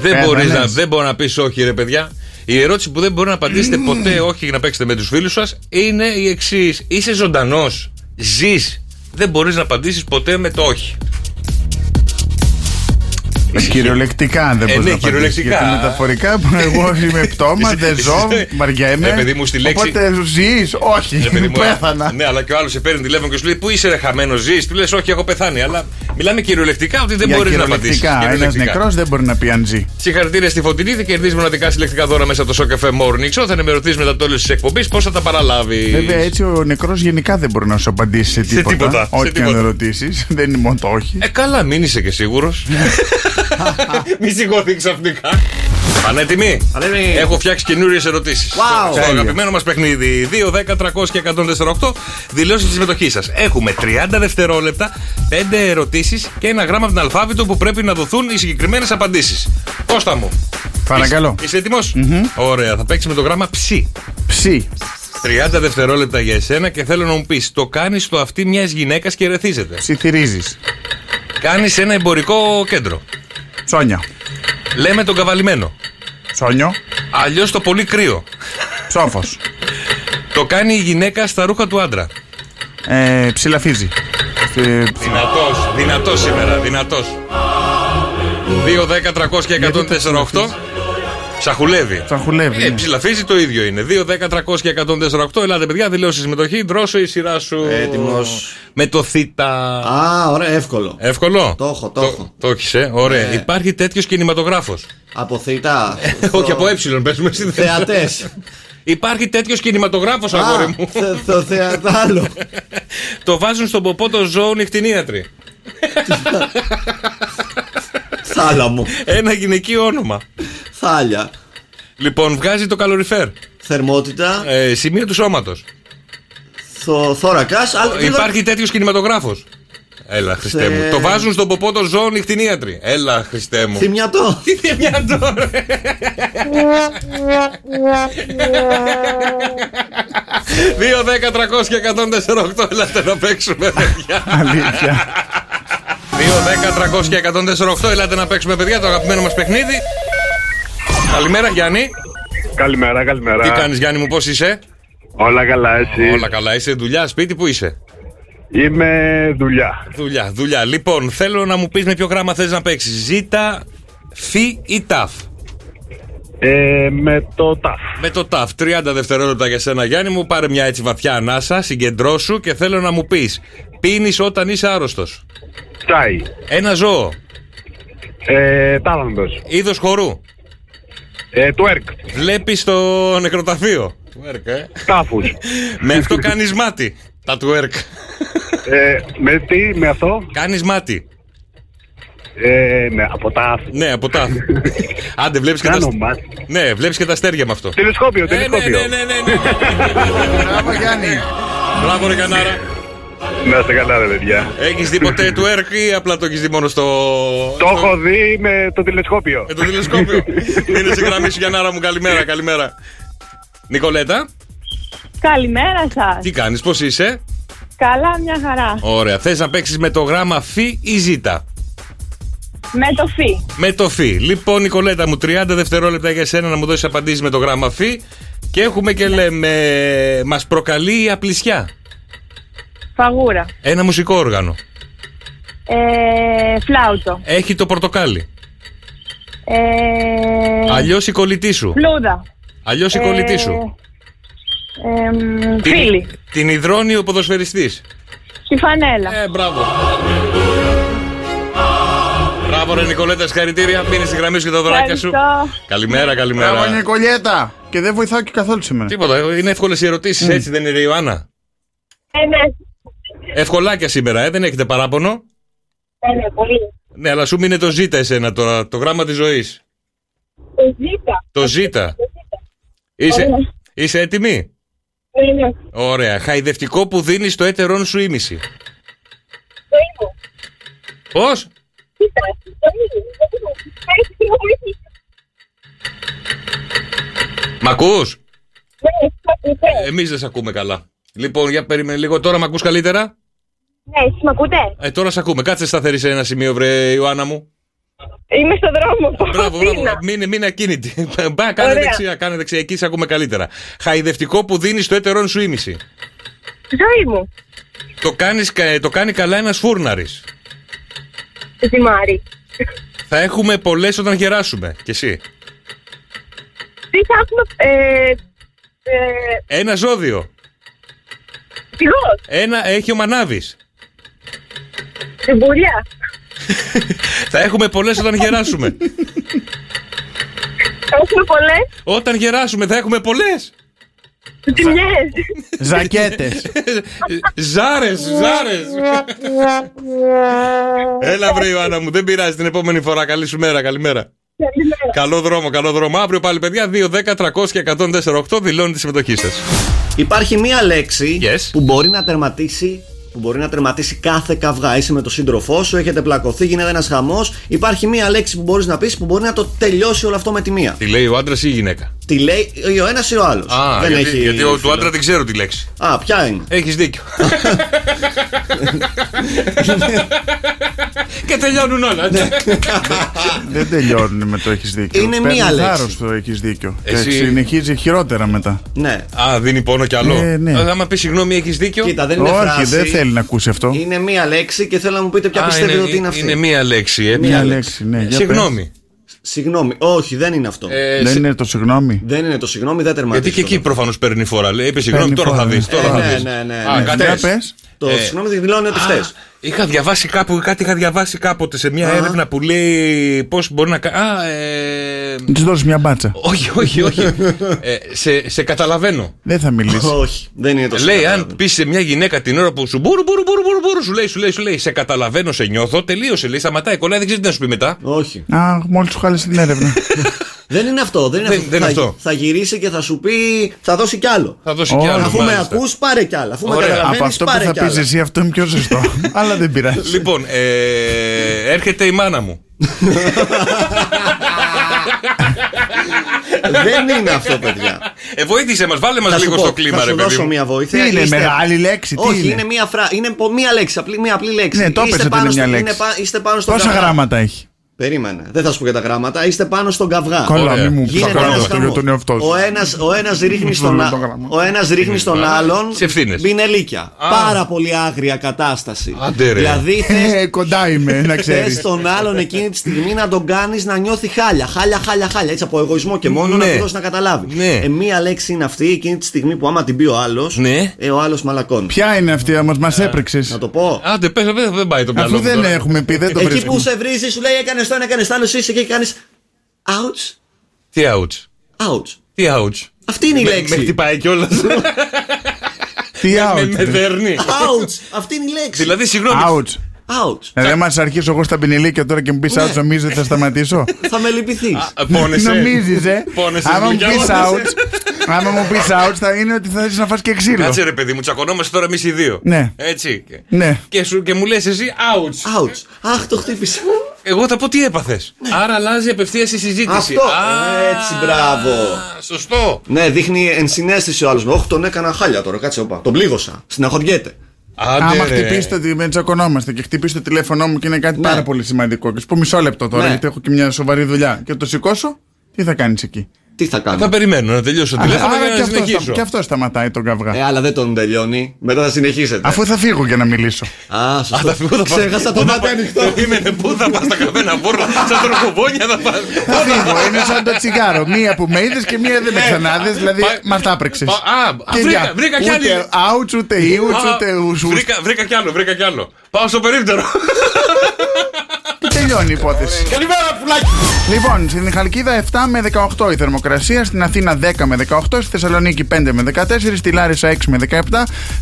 Speaker 7: δεν
Speaker 4: Ε,
Speaker 7: μπορείς
Speaker 4: δεν
Speaker 7: να,
Speaker 4: λες.
Speaker 7: δεν μπορεί να πεις όχι, ρε παιδιά. Η ερώτηση που δεν μπορεί να απαντήσετε ποτέ όχι για να παίξετε με τους φίλους σας είναι η εξής. Είσαι ζωντανός. Ζεις. Δεν μπορείς να απαντήσεις ποτέ με το όχι.
Speaker 4: Ε, Κυριολεκτικά δεν
Speaker 7: Ε,
Speaker 4: μπορείς
Speaker 7: ναι,
Speaker 4: να απαντήσεις,
Speaker 7: κυριολεκτικά.
Speaker 4: Γιατί μεταφορικά που εγώ είμαι πτώμα, δεν ζω, βαριέμαι.
Speaker 7: Ε, παιδί μου, στη λέξη-
Speaker 4: Οπότε ζεις, όχι,
Speaker 7: Ρε παιδί μου,
Speaker 4: πέθανα.
Speaker 7: Ναι, αλλά και ο άλλος σε παίρνει τηλέφωνο και σου λέει Πού είσαι, ρε, χαμένο, ζεις. Του λες, Όχι, έχω πεθάνει. Αλλά μιλάμε κυριολεκτικά ότι δεν
Speaker 4: Για
Speaker 7: μπορείς να απαντήσει.
Speaker 4: κυριολεκτικά, ένα νεκρός δεν μπορεί να πει αν ζει.
Speaker 7: Συγχαρητήρια στη Φωτεινή, θα κερδίσει μοναδικά συλλεκτικά δώρα μέσα από το Show Cafe Morning Show. Θα ενημερωθείς μετά το τέλος της εκπομπής πώς θα τα παραλάβεις.
Speaker 4: Βέβαια, έτσι ο νεκρός γενικά δεν μπορεί να σου απαντήσει σε τίποτα.
Speaker 7: τίποτα, σε
Speaker 4: ό,τι
Speaker 7: τίποτα.
Speaker 4: αν ρωτήσει. Δεν είναι μόνο το όχι.
Speaker 7: Ε, καλά, μην είσαι και σίγουρος. Μη σηκώθει ξαφνικά. Πανέτοιμοι. Έχω φτιάξει καινούριες ερωτήσεις.
Speaker 14: Wow.
Speaker 7: Στο
Speaker 14: Τέλεια.
Speaker 7: αγαπημένο μας παιχνίδι 2, 10, 300 και 148. Δηλώστε της συμμετοχής σας. Έχουμε 30 δευτερόλεπτα, 5 ερωτήσεις και ένα γράμμα από την αλφάβητο που πρέπει να δοθούν οι συγκεκριμένες απαντήσεις. Κώστα μου.
Speaker 4: Παρακαλώ.
Speaker 7: Είσαι, είσαι έτοιμος? Ωραία, θα παίξουμε το γράμμα ψι.
Speaker 4: Ψι.
Speaker 7: 30 δευτερόλεπτα για εσένα και θέλω να μου πεις: Το κάνεις στο αυτί μιας γυναίκας και ρεθίζεται.
Speaker 4: Ψιθυρίζεις.
Speaker 7: Κάνεις ένα εμπορικό κέντρο.
Speaker 4: Ψώνια.
Speaker 7: Λέμε τον καβαλημένο.
Speaker 4: Ψώνιο.
Speaker 7: Αλλιώς το πολύ κρύο.
Speaker 4: Ψόφος.
Speaker 7: Το κάνει η γυναίκα στα ρούχα του άντρα.
Speaker 4: Ε, ψηλαφίζει. Ε,
Speaker 7: Δυνατός, δυνατός σήμερα, δυνατός. 2, 10, 300 και 148. Ψαχουλεύει.
Speaker 4: Ψαχουλεύει,
Speaker 7: Ε,
Speaker 4: ναι.
Speaker 7: ψηλαφίζει το ίδιο είναι. 2, 10, 300 και 148. Ελάτε, παιδιά, δηλώσεις συμμετοχή. Δρόσο η σειρά σου. Έτοιμος. Με το θήτα.
Speaker 14: Α, ωραία, εύκολο.
Speaker 7: Εύκολο.
Speaker 14: Το έχω, το έχω.
Speaker 7: Το έχεις, ε. Ωραία.
Speaker 14: Ναι.
Speaker 7: Υπάρχει τέτοιος κινηματογράφος.
Speaker 14: Από θήτα.
Speaker 7: Όχι από ε, παίζουμε στη
Speaker 14: Θεατές.
Speaker 7: Υπάρχει τέτοιος κινηματογράφος, αγόρι μου.
Speaker 14: Το θεατάλο.
Speaker 7: Το βάζουν στον ποπό το ζώο νυχτινίατροι.
Speaker 14: Θάλα μου.
Speaker 7: Ένα γυναικείο όνομα.
Speaker 14: Θάλια.
Speaker 7: Λοιπόν, βγάζει το καλοριφέρ.
Speaker 14: Θερμότητα.
Speaker 7: Ε, σημείο του σώματος.
Speaker 14: Θο, θώρακας. αλλά δεν θα-
Speaker 7: Υπάρχει τέτοιος κινηματογράφος. Έλα, Χριστέ
Speaker 14: Ε.
Speaker 7: μου. Το βάζουν στον ποπό το ζώο νυχτινίατροι. Έλα, Χριστέ μου.
Speaker 14: Θυμιατό.
Speaker 7: Τι θυμιατό, ρε. Δύο, δέκα, 300 και 148. Ελάτε να παίξουμε, παιδιά.
Speaker 4: Αλήθεια.
Speaker 7: 2, 10, 300 και 148. Ελάτε να παίξουμε, παιδιά, το αγαπημένο μας παιχνίδι. Καλημέρα, Γιάννη.
Speaker 17: Καλημέρα, καλημέρα.
Speaker 7: Τι κάνεις, Γιάννη μου, πώς είσαι.
Speaker 17: Όλα καλά, εσύ.
Speaker 7: Όλα καλά, είσαι δουλειά, σπίτι, πού είσαι.
Speaker 17: Είμαι δουλειά.
Speaker 7: Δουλειά, δουλειά. Λοιπόν, θέλω να μου πεις με ποιο γράμμα θες να παίξεις. Ζήτα, φι ή ταφ.
Speaker 17: Ε, με το ταφ.
Speaker 7: Με το ταφ. 30 δευτερόλεπτα για σένα, Γιάννη μου. Πάρε μια έτσι βαθιά ανάσα, συγκεντρώσου και θέλω να μου πεις. Πίνεις όταν είσαι άρρωστος.
Speaker 17: Τσάι.
Speaker 7: Ένα ζώο.
Speaker 17: Ε, Τάλαντος.
Speaker 7: Είδος χορού.
Speaker 17: Ε, τουέρκ.
Speaker 7: Βλέπεις το νεκροταφείο. ε.
Speaker 17: Τάφους.
Speaker 7: με αυτό κάνεις μάτι. Τα twerk.
Speaker 17: Ε, με τι, με αυτό.
Speaker 7: Κάνεις μάτι.
Speaker 17: Ε, ναι, από τα.
Speaker 7: Ναι, από τα. Άντε, βλέπεις και, τα... ναι, βλέπεις και τα αστέρια με αυτό.
Speaker 17: Τηλεσκόπιο,
Speaker 7: Ναι, ναι,
Speaker 17: τηλεσκόπιο.
Speaker 7: ναι, ναι, ναι, ναι.
Speaker 4: Μπράβο, Γιάννη.
Speaker 7: Μπράβο, ρε Κανάρα.
Speaker 17: Να είστε καλά, ρε παιδιά.
Speaker 7: Έχεις δει ποτέ του έρκ ή απλά το έχεις δει μόνο στο.
Speaker 17: Το έχω δει με το τηλεσκόπιο.
Speaker 7: Με το τηλεσκόπιο. Είναι σε γραμμή σου, Γιαννάρα μου. Καλημέρα, καλημέρα. Νικολέτα,
Speaker 6: Καλημέρα σας.
Speaker 7: τι κάνεις, πώς είσαι.
Speaker 6: Καλά, μια χαρά.
Speaker 7: Ωραία. Θες να παίξεις με το γράμμα Φ ή Ζ.
Speaker 6: Με το φι.
Speaker 7: Με το φι. Λοιπόν, Νικολέτα μου, 30 δευτερόλεπτα για σένα να μου δώσεις απαντήσεις με το γράμμα φι. Και έχουμε και λέμε. Μας προκαλεί η απλησιά.
Speaker 6: Φαγούρα.
Speaker 7: Ένα μουσικό όργανο.
Speaker 6: Ε, φλάουτο.
Speaker 7: Έχει το πορτοκάλι.
Speaker 6: Ε,
Speaker 7: Αλλιώς η κολλητή σου.
Speaker 6: Φλούδα.
Speaker 7: Αλλιώς η
Speaker 6: Ε,
Speaker 7: κολλητή σου.
Speaker 6: Ε, μ,
Speaker 7: Την-
Speaker 6: φίλη.
Speaker 7: Την υδρώνει ο ποδοσφαιριστής.
Speaker 6: Τη φανέλα.
Speaker 7: Ε, μπράβο. Μπράβο, ρε Νικολέτα, συγχαρητήρια. Μείνε στη γραμμή σου και τα δωράκια σου. Καλημέρα,
Speaker 4: Μπράβο,
Speaker 7: καλημέρα.
Speaker 4: Νικολιέτα. Και δεν βοηθάω και καθόλου σήμερα.
Speaker 7: Τίποτα, ε, είναι εύκολες οι ερωτήσεις, έτσι δεν είναι, Ιωάννα.
Speaker 6: Ε, ναι.
Speaker 7: Ευκολάκια σήμερα, ε, δεν έχετε παράπονο.
Speaker 6: Ε, ναι, πολύ.
Speaker 7: Ναι, αλλά σου μείνε το ζήτα εσένα τώρα, το γράμμα της ζωής.
Speaker 6: Το Ε, ζήτα.
Speaker 7: Το ζήτα. Είσαι,
Speaker 6: Ωραία.
Speaker 7: είσαι έτοιμη.
Speaker 6: Ε, ναι.
Speaker 7: Ωραία. Χαϊδευτικό που δίνεις στο έτερόν σου ήμιση.
Speaker 6: Το ήμου.
Speaker 7: Πώς?
Speaker 6: Κοίτα. Το ήμου. Το ήμου. Έχει τη βοήθεια.
Speaker 7: Μ' ακούς?
Speaker 6: Ναι, σ' ακούτε.
Speaker 7: Εμείς δεν σε ακούμε καλά. Λοιπόν, για περίμενε λίγο. Τώρα μ' ακούς καλύτερα.
Speaker 6: Ναι, εσείς με ακούτε.
Speaker 7: Ε, τώρα σε ακούμε. Κάτσε σταθερή σε ένα σημείο, βρε Ιωάννα μου.
Speaker 6: Είμαι στο δρόμο.
Speaker 7: Μπράβο, μπράβο. Μείνε, μείνε ακίνητη. Μπα, κάνε
Speaker 6: Ωραία.
Speaker 7: δεξιά, κάνε δεξιά. Εκεί σε ακούμε καλύτερα. Χαϊδευτικό που δίνεις στο έτερόν σου ήμιση.
Speaker 6: Ζωή μου.
Speaker 7: Το, κάνεις, κα- το κάνει καλά ένας φούρναρης.
Speaker 6: Ζημάρι.
Speaker 7: Θα έχουμε πολλές όταν γεράσουμε. Και εσύ.
Speaker 6: Τι θα έχουμε. Ε, ε,
Speaker 7: Ένα ζώδιο.
Speaker 6: Πηγός.
Speaker 7: Ένα έχει ο Μανάβης.
Speaker 6: Εμπορία.
Speaker 7: Θα έχουμε πολλές όταν γεράσουμε.
Speaker 6: Θα έχουμε πολλές
Speaker 7: όταν γεράσουμε θα έχουμε πολλές.
Speaker 6: ζημιέ.
Speaker 4: Ζακέτες.
Speaker 7: Ζάρες, ζάρες. Έλα, βρε Ιωάννα μου, δεν πειράζει την επόμενη φορά. Καλή σου μέρα, καλημέρα. Καλό δρόμο, καλό δρόμο. Αύριο πάλι, παιδιά, 2, 10, 300 και 148 δηλώνει τη συμμετοχή σας.
Speaker 14: Υπάρχει μία λέξη που μπορεί να τερματίσει που μπορεί να τερματίσει κάθε καυγά. Είσαι με τον σύντροφό σου, έχετε πλακωθεί, γίνεται ένας χαμός. Υπάρχει μία λέξη που μπορείς να πεις που μπορεί να το τελειώσει όλο αυτό με τη μία.
Speaker 7: Τι λέει ο άντρας ή η γυναίκα.
Speaker 14: Τη λέει ή ο ένας ή ο άλλος.
Speaker 7: Α, γιατί, γιατί ο, του άντρα δεν ξέρω τη λέξη.
Speaker 14: Α, ποια είναι.
Speaker 7: Έχεις δίκιο. και τελειώνουν όλα.
Speaker 4: Δεν τελειώνουν με το έχεις δίκιο.
Speaker 14: Είναι μία
Speaker 4: Παίρνει
Speaker 14: λέξη.
Speaker 4: θάρρος το έχεις δίκιο.
Speaker 7: Εσύ-
Speaker 4: Και συνεχίζει χειρότερα μετά.
Speaker 14: Ναι.
Speaker 7: Α, δίνει πόνο κι άλλο.
Speaker 4: Ε, ναι.
Speaker 7: Ε, Άμα πεις συγγνώμη, έχεις δίκιο.
Speaker 14: Κοίτα, δεν είναι
Speaker 4: Όχι,
Speaker 14: φράση.
Speaker 4: δεν θέλει να ακούσει αυτό.
Speaker 14: Είναι μία λέξη και θέλω να μου πείτε ποια
Speaker 7: Α,
Speaker 14: πιστεύετε ότι είναι αυτή.
Speaker 7: Είναι μία λέξη. Ε,
Speaker 4: Μία λέξη, ναι. για
Speaker 7: Συγγνώμη.
Speaker 14: Συγγνώμη, όχι, δεν είναι αυτό.
Speaker 4: πες. Δεν είναι το συγγνώμη.
Speaker 14: Δεν είναι το συγγνώμη, δεν τερματίζει.
Speaker 7: Ε, Γιατί και εκεί προφανώς παίρνει φορά. Λέει, είπε συγγνώμη,
Speaker 4: Παίρνει
Speaker 7: τώρα θα
Speaker 4: φορά,
Speaker 7: δεις.
Speaker 4: ναι.
Speaker 7: Τώρα θα
Speaker 14: Ναι,
Speaker 7: δεις.
Speaker 14: ναι, ναι,
Speaker 7: Α,
Speaker 14: ναι.
Speaker 7: κατέ.
Speaker 14: Για
Speaker 4: πες.
Speaker 14: Το
Speaker 7: Ε.
Speaker 14: συγγνώμη δηλώνει ότι
Speaker 7: Α,
Speaker 14: φταίει.
Speaker 7: Είχα διαβάσει κάπου, κάτι είχα διαβάσει κάποτε σε μια έρευνα που λέει πώς μπορεί να. κα- Α, ε,
Speaker 4: Να τη δώσει μια μπάτσα.
Speaker 7: όχι, όχι, όχι. Ε, σε, σε καταλαβαίνω.
Speaker 4: Δεν θα μιλήσεις.
Speaker 14: Όχι, δεν είναι το
Speaker 7: λέει, αν πεις σε μια γυναίκα την ώρα που σου μπούρου, μπούρου, μπούρου, μπούρου, μπούρου, σου λέει, σου λέει, σου λέει, σε καταλαβαίνω, σε νιώθω, τελείωσε. Λέει, σταματάει, κολλάει, δεν ξέρει τι να σου πει μετά.
Speaker 14: Όχι.
Speaker 4: Α, μόλις σου χάλεσε την έρευνα.
Speaker 14: Δεν είναι αυτό. Δεν είναι
Speaker 7: Δεν-
Speaker 14: αυτό.
Speaker 7: δεν
Speaker 14: θα,
Speaker 7: είναι αυτό.
Speaker 14: θα γυρίσει και θα σου πει. Θα δώσει κι άλλο.
Speaker 7: Θα δώσει κι άλλο.
Speaker 14: Αφού με
Speaker 7: μάλιστα.
Speaker 14: ακούς, πάρε κι άλλα. Αφού με
Speaker 7: Ωραία.
Speaker 14: καταλαβαίνεις,
Speaker 4: Από αυτό που
Speaker 14: πάρε
Speaker 4: θα
Speaker 14: κι άλλα.
Speaker 4: πει εσύ, αυτό είναι πιο σωστό. Αλλά δεν πειράζει.
Speaker 7: Λοιπόν, ε, έρχεται η μάνα μου.
Speaker 14: Δεν είναι αυτό, παιδιά.
Speaker 7: Ε, βοήθησε μας, βάλε μας
Speaker 14: Θα σου
Speaker 7: λίγο
Speaker 14: πω,
Speaker 7: στο κλίμα,
Speaker 14: θα
Speaker 7: ρε
Speaker 14: σου
Speaker 7: παιδί
Speaker 14: δώσω
Speaker 7: μου.
Speaker 14: μία βοήθεια.
Speaker 4: Τι είναι,
Speaker 14: Είστε-
Speaker 4: μεγάλη λέξη, τι
Speaker 14: Όχι,
Speaker 4: είναι.
Speaker 14: είναι μία, φρα... είναι πο- μία λέξη, απλή, μία απλή λέξη.
Speaker 4: Ναι, το
Speaker 14: Είστε
Speaker 4: έπαιξε
Speaker 14: πάνω
Speaker 4: τώρα
Speaker 14: στο-
Speaker 4: μια
Speaker 14: είναι
Speaker 4: λέξη.
Speaker 14: πα- Είστε πάνω στον
Speaker 4: Πόσα
Speaker 14: καυγά.
Speaker 4: γράμματα έχει.
Speaker 14: Περίμενε, δεν θα σου πω για τα γράμματα. Είστε πάνω στον καυγά.
Speaker 4: Καλά,
Speaker 7: Ωραία.
Speaker 4: μην μου πει
Speaker 14: Γίνεται ένας
Speaker 4: αυτό για
Speaker 14: χαμός.
Speaker 4: τον εαυτό σου.
Speaker 14: Ο ένας, ο ένας ρίχνει στον,
Speaker 4: Φρουρούν
Speaker 14: α-
Speaker 4: το γράμμα.
Speaker 14: ο ένας ρίχνει στον άλλον
Speaker 7: Σε ευθύνες.
Speaker 14: μπινελίκια. Πάρα πολύ άγρια κατάσταση.
Speaker 7: Άντε, ρε.
Speaker 14: Δηλαδή
Speaker 4: Ε, κοντά είμαι, να
Speaker 14: Θες
Speaker 4: ξέρεις.
Speaker 14: τον άλλον εκείνη τη στιγμή να τον κάνεις να νιώθει χάλια. Χάλια, χάλια, χάλια. Έτσι από εγωισμό και μόνο
Speaker 7: Ναι.
Speaker 14: να του δώσει να καταλάβεις.
Speaker 7: Ναι.
Speaker 14: Ε, μία λέξη είναι αυτή εκείνη τη στιγμή που άμα την πει ο άλλος,
Speaker 7: Ναι.
Speaker 14: ε, ο άλλος μαλακώνει.
Speaker 4: Ποια είναι αυτή, μα μας
Speaker 14: Ε, Να
Speaker 4: έπρεξε.
Speaker 14: το πω.
Speaker 7: Άντε, πες, δεν δεν πάει το μυαλό
Speaker 4: Αφού
Speaker 7: μου
Speaker 4: δεν
Speaker 7: τώρα.
Speaker 4: έχουμε πει, δεν το
Speaker 14: Εκεί που
Speaker 4: βρίσκουμε.
Speaker 14: σε βρίζει, σου λέει έκανες το ένα, έκανε το άλλο, εσύ είσαι εκεί και κάνεις. Ouch,
Speaker 7: Τι ouch.
Speaker 14: ouch.
Speaker 7: Τι ouch.
Speaker 14: Αυτή είναι η
Speaker 7: Με, με
Speaker 14: λέξη.
Speaker 7: χτυπάει κιόλας.
Speaker 4: Τι
Speaker 7: με,
Speaker 4: out.
Speaker 7: με δέρνει.
Speaker 14: Ouch, αυτή είναι η λέξη.
Speaker 7: δηλαδή, συγγνώμη.
Speaker 4: Out.
Speaker 14: Ouch.
Speaker 4: Δηλαδή, άμα σε αρχίσω εγώ στα πινιλίκια τώρα και μου πεις ouch, νομίζει ότι θα σταματήσω.
Speaker 14: Θα με λυπηθείς.
Speaker 7: Ναι. Πόνεσαι.
Speaker 4: Νομίζεις, ε.
Speaker 7: Πόνεσαι,
Speaker 4: Άμα μου
Speaker 7: δουλειά,
Speaker 4: πεις
Speaker 7: πόνεσαι.
Speaker 4: ouch, άμα μου πεις ouch, θα είναι ότι θα θες να φας και ξύλο.
Speaker 7: Κάτσε ρε παιδί μου, τσακωνόμαστε τώρα εμείς οι δύο.
Speaker 4: Ναι.
Speaker 7: Έτσι.
Speaker 4: Ναι.
Speaker 7: Και, σου, και μου λες εσύ, ouch.
Speaker 14: Ouch. Αχ, το χτύπησα.
Speaker 7: Εγώ θα πω τι έπαθες. Άρα αλλάζει απευθείας η συζήτηση.
Speaker 14: Αυτό.
Speaker 7: Α,
Speaker 14: Έτσι, μπράβο.
Speaker 7: Σωστό.
Speaker 14: Ναι, δείχνει ενσυναίσθηση ο άλλος. Όχι, τον έκανα χάλια τώρα. Κάτσε, όπα. Τον πλήγωσα. Συναχωριέται.
Speaker 4: Άμα χτυπήσετε ότι με τσακωνόμαστε και χτυπήσετε το τηλέφωνό μου και είναι κάτι
Speaker 7: Ναι.
Speaker 4: πάρα πολύ σημαντικό. Και σου πω μισό λεπτό τώρα,
Speaker 14: Ναι.
Speaker 4: γιατί έχω και μια σοβαρή δουλειά. Και το σηκώσω, τι θα κάνεις εκεί.
Speaker 14: Τι θα κάνω.
Speaker 7: Θα περιμένω να τελειώσω το τηλέφωνο
Speaker 4: Άρα
Speaker 7: για
Speaker 4: και
Speaker 7: να
Speaker 4: αυτός,
Speaker 7: συνεχίσω.
Speaker 4: στα- και αυτός σταματάει τον καυγά.
Speaker 14: Ε, αλλά δεν τον τελειώνει. Μετά θα συνεχίσετε.
Speaker 4: Αφού θα φύγω για να μιλήσω.
Speaker 14: Α, σωστό.
Speaker 7: θα φύγω, θα πάω.
Speaker 14: Ξέχασα το
Speaker 7: Πού θα
Speaker 14: μάτι
Speaker 7: πάω.
Speaker 14: ανοιχτό.
Speaker 7: Περίμενε, πού θα πα τα καφένα βούρλα, σαν τροχοβόνια θα πα.
Speaker 4: Θα φύγω. Είναι σαν το τσιγάρο. Μία που με είδες και μία δεν με ξανάδες. Δηλαδή μα τα έπρεξε.
Speaker 7: Ναι. Α, βρήκα, βρήκα κι άλλη.
Speaker 4: Ούτε άουτ, ούτε ήουτ,
Speaker 7: Α,
Speaker 4: ούτε ουσού.
Speaker 7: Βρήκα, βρήκα κι άλλο, βρήκα κι άλλο. Πάω στο περίπτερο.
Speaker 4: Τελειώνει η υπόθεση.
Speaker 7: Καλημέρα, πουλάκι.
Speaker 4: Λοιπόν, στην Χαλκίδα 7 με 18 η θερμοκρασία, στην Αθήνα 10 με 18, στη Θεσσαλονίκη 5 με 14, στη Λάρισα 6 με 17,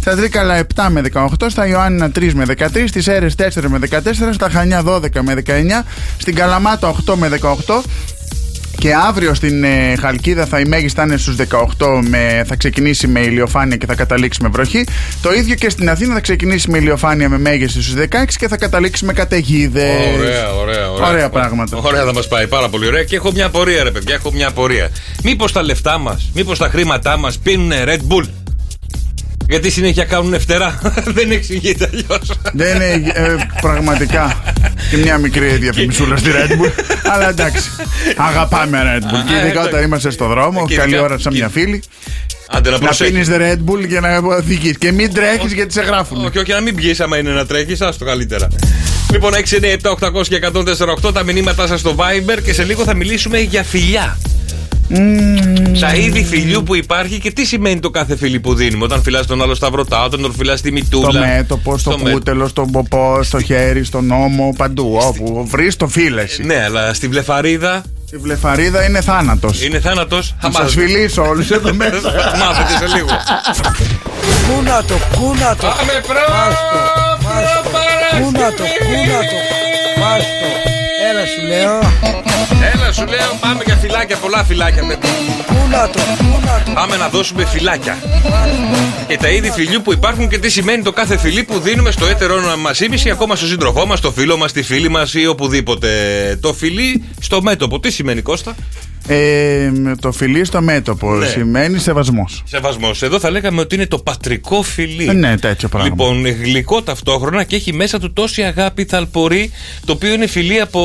Speaker 4: στα Τρίκαλα 7 με 18, στα Ιωάννα 3 με 13, στις Έρες 4 με 14, στα Χανιά 12 με 19, στην Καλαμάτα 8 με 18, και αύριο στην ε, Χαλκίδα θα η μέγιστα είναι στους 18 με, θα ξεκινήσει με ηλιοφάνεια και θα καταλήξει με βροχή. Το ίδιο και στην Αθήνα θα ξεκινήσει με ηλιοφάνεια με μέγιστη στους 16 και θα καταλήξει με καταιγίδες.
Speaker 7: Ωραία, ωραία, ωραία.
Speaker 4: Ε, Ωραία πράγματα.
Speaker 7: Ωραία, θα μας πάει πάρα πολύ ωραία. Και έχω μια απορία, ρε παιδιά, έχω μια απορία. Μήπως τα λεφτά μας, μήπως τα χρήματά μας πίνουν Red Bull. Γιατί συνέχεια κάνουν φτερά. Δεν εξηγείται αλλιώς.
Speaker 4: Δεν είναι ε, πραγματικά και μια μικρή διαφημισούλα στη Red Bull. αλλά εντάξει. Αγαπάμε Red Bull. Και
Speaker 7: Α,
Speaker 4: ειδικά
Speaker 7: εντάξει.
Speaker 4: όταν είμαστε στο δρόμο,
Speaker 7: Και
Speaker 4: καλή
Speaker 7: ειδικά-
Speaker 4: ώρα σαν μια φίλη.
Speaker 7: Άντε να
Speaker 4: Να
Speaker 7: προσέχεις.
Speaker 4: πίνεις Red Bull για να οδηγεί. Και μην τρέχεις γιατί σε γράφουν.
Speaker 7: Όχι, όχι, να μην πιει άμα είναι να τρέχεις, άστο καλύτερα. Λοιπόν, 6, 9, 7, 800 και 148 τα μηνύματά σας στο Viber και σε λίγο θα μιλήσουμε για φιλιά. Τα είδη φιλιού που υπάρχει και τι σημαίνει το κάθε φιλί που δίνουμε. Όταν φιλά τον άλλο σταυρωτά, όταν τον φιλά τη μητούλα.
Speaker 4: Το μέτωπο, στο
Speaker 7: στο μέ-
Speaker 4: κούτελο, στον ποπό, στο χέρι, στον ώμο, παντού. Όπου βρεις το φίλες.
Speaker 7: Ναι, αλλά στη βλεφαρίδα
Speaker 4: Η βλεφαρίδα είναι θάνατος.
Speaker 7: είναι θάνατος. Θα
Speaker 4: Σα
Speaker 7: μάθετε.
Speaker 4: φιλήσω όλους εδώ μέσα.
Speaker 7: Θα μάθετε σε λίγο.
Speaker 16: Πού να το, πού να το.
Speaker 7: Πάμε προ.
Speaker 16: Πού να το, πού να το. Πας το. Έλα σου λέω.
Speaker 7: Έλα, σου λέω, πάμε για φυλάκια, πολλά φυλάκια, παιδί.
Speaker 16: Πού να το, πού να το.
Speaker 7: Πάμε να δώσουμε φυλάκια. Και τα είδη φιλιού που υπάρχουν και τι σημαίνει το κάθε φιλί που δίνουμε στο έτερό μα ήμιση, ακόμα στο σύντροφό μας, στο φίλο μας, στη φίλη μας ή οπουδήποτε. Το φιλί στο μέτωπο. Τι σημαίνει, Κώστα?
Speaker 4: Ε, το φιλί στο μέτωπο
Speaker 7: Ναι.
Speaker 4: σημαίνει σεβασμός.
Speaker 7: Σεβασμός. Εδώ θα λέγαμε ότι είναι το πατρικό φιλί.
Speaker 4: Ναι, τέτοιο πράγμα.
Speaker 7: Λοιπόν, γλυκό ταυτόχρονα και έχει μέσα του τόση αγάπη θαλπορή, το οποίο είναι φιλή από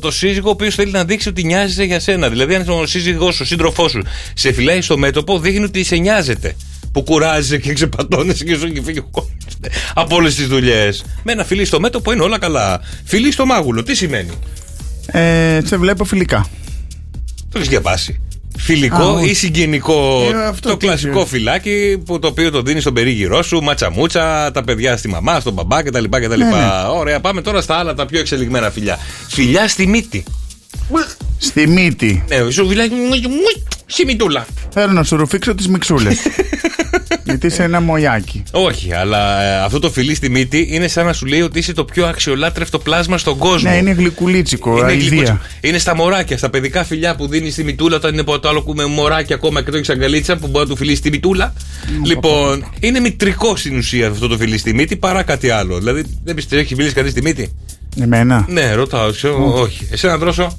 Speaker 7: το σύζυγο, ο οποίος θέλει να δείξει ότι νοιάζεσαι για σένα. Δηλαδή, αν ο σύζυγός σου, ο σύντροφός σου, σε φυλάει στο μέτωπο, δείχνει ότι σε νοιάζεται. Που κουράζεσαι και ξεπατώνεσαι και σου έχει φύγει ο κόσμος από όλες τις δουλειές. Με ένα φιλί στο μέτωπο είναι όλα καλά. Φιλί στο μάγουλο, τι σημαίνει.
Speaker 4: Ε, σε βλέπω φιλικά.
Speaker 7: Το έχεις διαβάσει.
Speaker 4: Α,
Speaker 7: Φιλικό
Speaker 4: όχι.
Speaker 7: ή συγγενικό.
Speaker 4: Ε, αυτό
Speaker 7: το
Speaker 4: τι
Speaker 7: κλασικό
Speaker 4: είναι.
Speaker 7: φυλάκι που το οποίο το δίνει στον περίγυρό σου, ματσαμούτσα, τα παιδιά στη μαμά, στον μπαμπά κτλ. κτλ.
Speaker 4: Ναι, ναι.
Speaker 7: Ωραία, πάμε τώρα στα άλλα τα πιο εξελιγμένα φιλιά. Φιλιά στη μύτη.
Speaker 4: Στη μύτη.
Speaker 7: Ναι, σου φιλάει μουι, μουι, στη μυτούλα.
Speaker 4: Θέλω να σου ρουφήξω τις μιξούλες. Γιατί είσαι ένα μολιάκι.
Speaker 7: Όχι, αλλά ε, αυτό το φιλί στη μύτη είναι σαν να σου λέει ότι είσαι το πιο αξιολάτρευτο πλάσμα στον κόσμο.
Speaker 4: Ναι, είναι γλυκουλίτσικο,
Speaker 7: Είναι, γλυκό-
Speaker 4: αηδία.
Speaker 7: είναι στα μωράκια, στα παιδικά φιλιά που δίνεις στη μητούλα όταν είναι από το άλλο κουμε μωράκι ακόμα και το έχει αγκαλίτσα που μπορεί να του φιλήσει τη μητούλα. λοιπόν, είναι μητρικό στην ουσία αυτό το φιλί στη μύτη παρά κάτι άλλο. Δηλαδή, δεν πιστεύεις έχει φιλήσει κανεί τη μύτη.
Speaker 4: Εμένα.
Speaker 7: Ναι, ρωτάω, ξέρω, όχι. Εσένα δρόσο.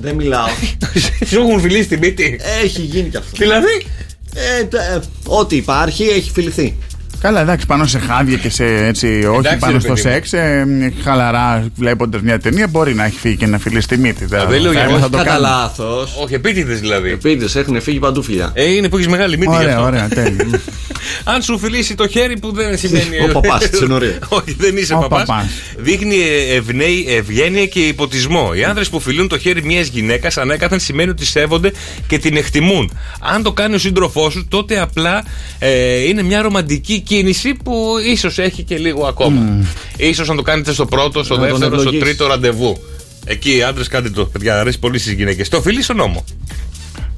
Speaker 14: Δεν μιλάω.
Speaker 7: Σου έχουν φιλήσει τη μύτη.
Speaker 14: Έχει γίνει κι αυτό.
Speaker 7: Δηλαδή.
Speaker 14: Ε, τα- ε, ό,τι υπάρχει έχει φιληθεί.
Speaker 4: Καλά, εντάξει, πάνω σε χάδια και σε έτσι, όχι
Speaker 7: Εντάξει,
Speaker 4: πάνω
Speaker 7: ρε
Speaker 4: στο
Speaker 7: παιδί μου.
Speaker 4: σεξ. ε, μ, χαλαρά βλέποντας μια ταινία μπορεί να έχει φύγει και να φιλήσει τη μύτη. Δεν,
Speaker 7: Δεν λέω για
Speaker 4: θα
Speaker 7: όχι
Speaker 4: το
Speaker 7: κατά
Speaker 4: κάνω.
Speaker 14: λάθος.
Speaker 7: Όχι, επίτηδες δηλαδή.
Speaker 14: Επίτηδες έχουν φύγει παντού φιλιά.
Speaker 7: Ε, είναι που έχεις μεγάλη μύτη γι'
Speaker 4: Ωραία,
Speaker 7: αυτό.
Speaker 4: ωραία, τέλεια.
Speaker 7: Αν σου φιλήσει το χέρι που δεν σημαίνει.
Speaker 14: Ο παπάς της ενορίας.
Speaker 7: Όχι, δεν είσαι
Speaker 4: Ο
Speaker 7: παπάς.
Speaker 4: παπάς.
Speaker 7: Δείχνει ε, ευνέη- ευγένεια και υποτισμό. Οι άνδρες που φιλούν το χέρι μιας γυναίκας ανέκαθεν σημαίνει ότι σέβονται και την εκτιμούν. Αν το κάνει ο σύντροφός σου, τότε απλά ε, είναι μια ρομαντική κίνηση που ίσως έχει και λίγο ακόμα. Ίσως αν το κάνετε στο πρώτο, στο
Speaker 14: Να τον
Speaker 7: δεύτερο, στο
Speaker 14: ευλογείς.
Speaker 7: τρίτο ραντεβού. Εκεί οι άντρε κάντε το. Παιδιά, αρέσει πολύ στις γυναίκες. Το φιλεί στον νόμο.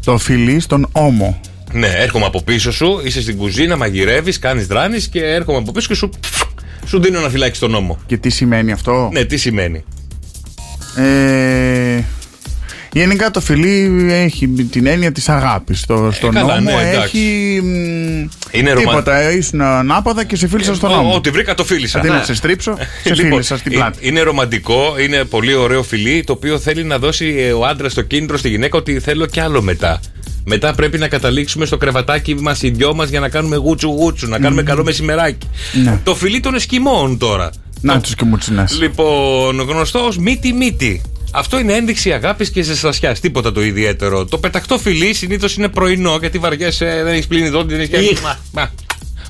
Speaker 4: Το φιλί στον ώμο.
Speaker 7: Ναι, έρχομαι από πίσω σου, είσαι στην κουζίνα, μαγειρεύεις, κάνεις δράνεις και έρχομαι από πίσω και σου Σου δίνω να φυλάξει τον νόμο.
Speaker 4: Και τι σημαίνει αυτό.
Speaker 7: Ναι, τι σημαίνει. Ναι.
Speaker 4: Ε, γενικά το φιλί έχει την έννοια της αγάπης στο, στον
Speaker 7: καλά,
Speaker 4: νόμο
Speaker 7: ναι, εντάξει.
Speaker 4: έχει μ,
Speaker 7: Είναι
Speaker 4: τίποτα, Ε,
Speaker 7: ρομαντικό.
Speaker 4: ήσουν ανάποδα και σε φίλησα στον
Speaker 7: Ό,
Speaker 4: νόμο
Speaker 7: Ό,τι βρήκα το φίλησα.
Speaker 4: Αντί
Speaker 7: Ναι.
Speaker 4: να σε στρίψω, σε
Speaker 7: Λοιπόν,
Speaker 4: φίλησα στην
Speaker 7: ε-
Speaker 4: πλάτη
Speaker 7: Είναι ρομαντικό, είναι πολύ ωραίο φιλί το οποίο θέλει να δώσει ε, ο άντρας το κίνητρο στη γυναίκα ότι θέλω κι άλλο μετά. Μετά πρέπει να καταλήξουμε στο κρεβατάκι μας οι δυο μας για να κάνουμε γούτσου γούτσου, να κάνουμε καλό μεσημεράκι.
Speaker 4: Ναι.
Speaker 7: Το φιλί των Εσκιμών τώρα.
Speaker 4: Να τους και μου τσινάς
Speaker 7: Λοιπόν, γνωστός ω μύτη μύτη. Αυτό είναι ένδειξη αγάπης και ζεστασιάς. Τίποτα το ιδιαίτερο. Το πετακτό φιλί συνήθως είναι πρωινό γιατί βαριέσαι, δεν έχεις πλύνει δόντι, δεν έχεις κάνει.
Speaker 14: Ιχ.
Speaker 7: Μα, μα.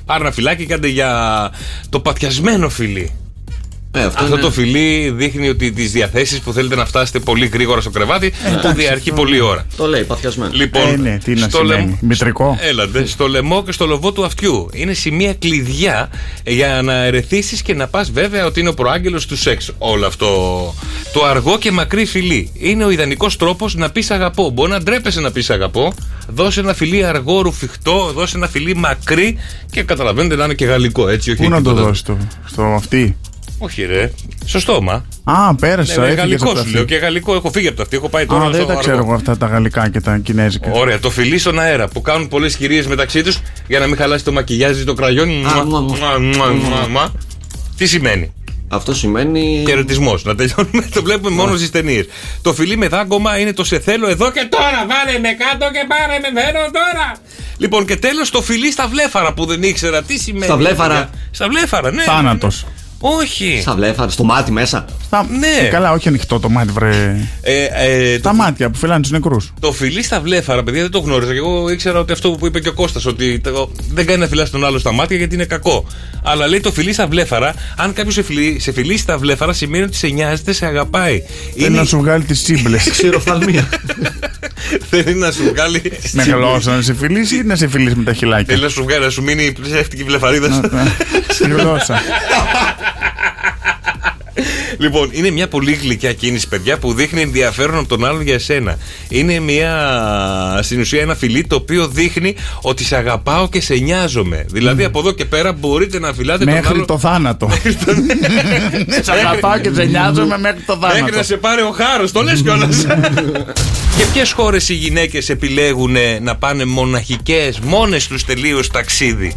Speaker 7: Πάρε ένα φυλάκι, κάντε για το πατιασμένο φιλί. αυτό
Speaker 14: Ε,
Speaker 4: ναι.
Speaker 14: είναι-
Speaker 7: το φιλί δείχνει ότι τις διαθέσεις που θέλετε να φτάσετε πολύ γρήγορα στο κρεβάτι που διαρκεί πολλή ώρα.
Speaker 14: Το λέει, παθιασμένο.
Speaker 7: Λοιπόν,
Speaker 4: ε, ναι, τι να
Speaker 7: στο Ε,
Speaker 4: σημαίνει,
Speaker 7: λαιμό-
Speaker 4: μητρικό
Speaker 7: Έλατε, στο λαιμό και στο λοβό του αυτιού. Είναι σημεία κλειδιά για να ερεθίσεις και να πας βέβαια ότι είναι ο προάγγελος του σεξ. Όλο αυτό. Το αργό και μακρύ φιλί. Είναι ο ιδανικός τρόπος να πεις αγαπώ. Μπορεί να ντρέπεσαι να πεις αγαπώ. Δώσε ένα φιλί αργό, ρουφιχτό, δώσε ένα φιλί μακρύ και καταλαβαίνετε να είναι και γαλλικό έτσι. Όχι
Speaker 4: Πού να το
Speaker 7: τίποτα-
Speaker 4: δώσει το, στο αυτή
Speaker 7: Όχι, ρε. Στο στόμα.
Speaker 4: Α, πέρασα,
Speaker 7: Ναι, ναι,
Speaker 4: έφυγες από
Speaker 7: γαλλικό
Speaker 4: τα
Speaker 7: σου λέω και γαλλικό. Έχω φύγει από τα αυτή. Έχω πάει
Speaker 4: αυτή.
Speaker 7: τώρα
Speaker 4: Α, δεν
Speaker 7: στο
Speaker 4: τα ξέρω
Speaker 7: αργό.
Speaker 4: εγώ αυτά τα γαλλικά και τα κινέζικα
Speaker 7: Ε, Ωραία, το φιλί στον αέρα που κάνουν πολλές κυρίες μεταξύ τους για να μην χαλάσει το μακιγιάζι, το κραγιόν. Μουα, μουα, μουα, μουα, μουα. Τι σημαίνει.
Speaker 14: Αυτό σημαίνει.
Speaker 7: Χαιρετισμός. Να τελειώνουμε. Το βλέπουμε μόνο στις ταινίες. Το φιλί με δάγκωμα είναι το σε θέλω εδώ και τώρα. Βάλε με κάτω και πάρε με θέλω τώρα. Λοιπόν, και τέλος το φιλί στα βλέφαρα που δεν ήξερα τι σημαίνει.
Speaker 14: Στα βλέφαρα.
Speaker 7: παιδιά. Στα βλέφαρα, ναι.
Speaker 4: Θάνατος
Speaker 7: Όχι.
Speaker 14: Στα βλέφαρα, στο μάτι μέσα.
Speaker 4: Στα-
Speaker 7: Ναι.
Speaker 4: Ε, Καλά, όχι ανοιχτό το μάτι, βρε.
Speaker 7: Ε, ε,
Speaker 4: Τα μάτια που φυλάνε τους νεκρούς.
Speaker 7: Το φιλί στα βλέφαρα, παιδιά, δεν το γνώριζα. Και εγώ ήξερα ότι αυτό που είπε και ο Κώστας ότι το- δεν κάνει να φυλά τον άλλο στα μάτια γιατί είναι κακό. Αλλά λέει το φιλί στα βλέφαρα, αν κάποιος σε, φιλί, σε φιλήσει στα βλέφαρα, σημαίνει ότι σε νοιάζεται, σε αγαπάει.
Speaker 4: Θέλει να σου βγάλει τις τσίμπλες.
Speaker 14: Ξηροφθαλμία.
Speaker 7: Θέλει να σου βγάλει.
Speaker 4: Με γλώσσα να σε φιλήσει ή να σε φιλήσει με τα χυλάκια.
Speaker 7: Θέλει να σου βγάλει, να σου μείνει η ψεύτικη βλεφαρίδα. σου.
Speaker 4: Στη γλώσσα.
Speaker 7: Λοιπόν, είναι μια πολύ γλυκιά κίνηση, παιδιά, που δείχνει ενδιαφέρον από τον άλλον για εσένα. Είναι μια, στην ουσία, ένα φιλί το οποίο δείχνει ότι σε αγαπάω και σε νοιάζομαι. Δηλαδή, από εδώ και πέρα μπορείτε να φιλάτε τον
Speaker 4: Μέχρι
Speaker 7: άλλον.
Speaker 4: το θάνατο. Σε αγαπάω και σε νοιάζομαι μέχρι το
Speaker 7: Ναι, Μέχρι να
Speaker 4: θάνατο.
Speaker 7: σε πάρει ο χάρος, το λες κιόλας. Και ποιες χώρες οι γυναίκες επιλέγουν να πάνε μοναχικές, μόνες τους τελείως ταξίδι.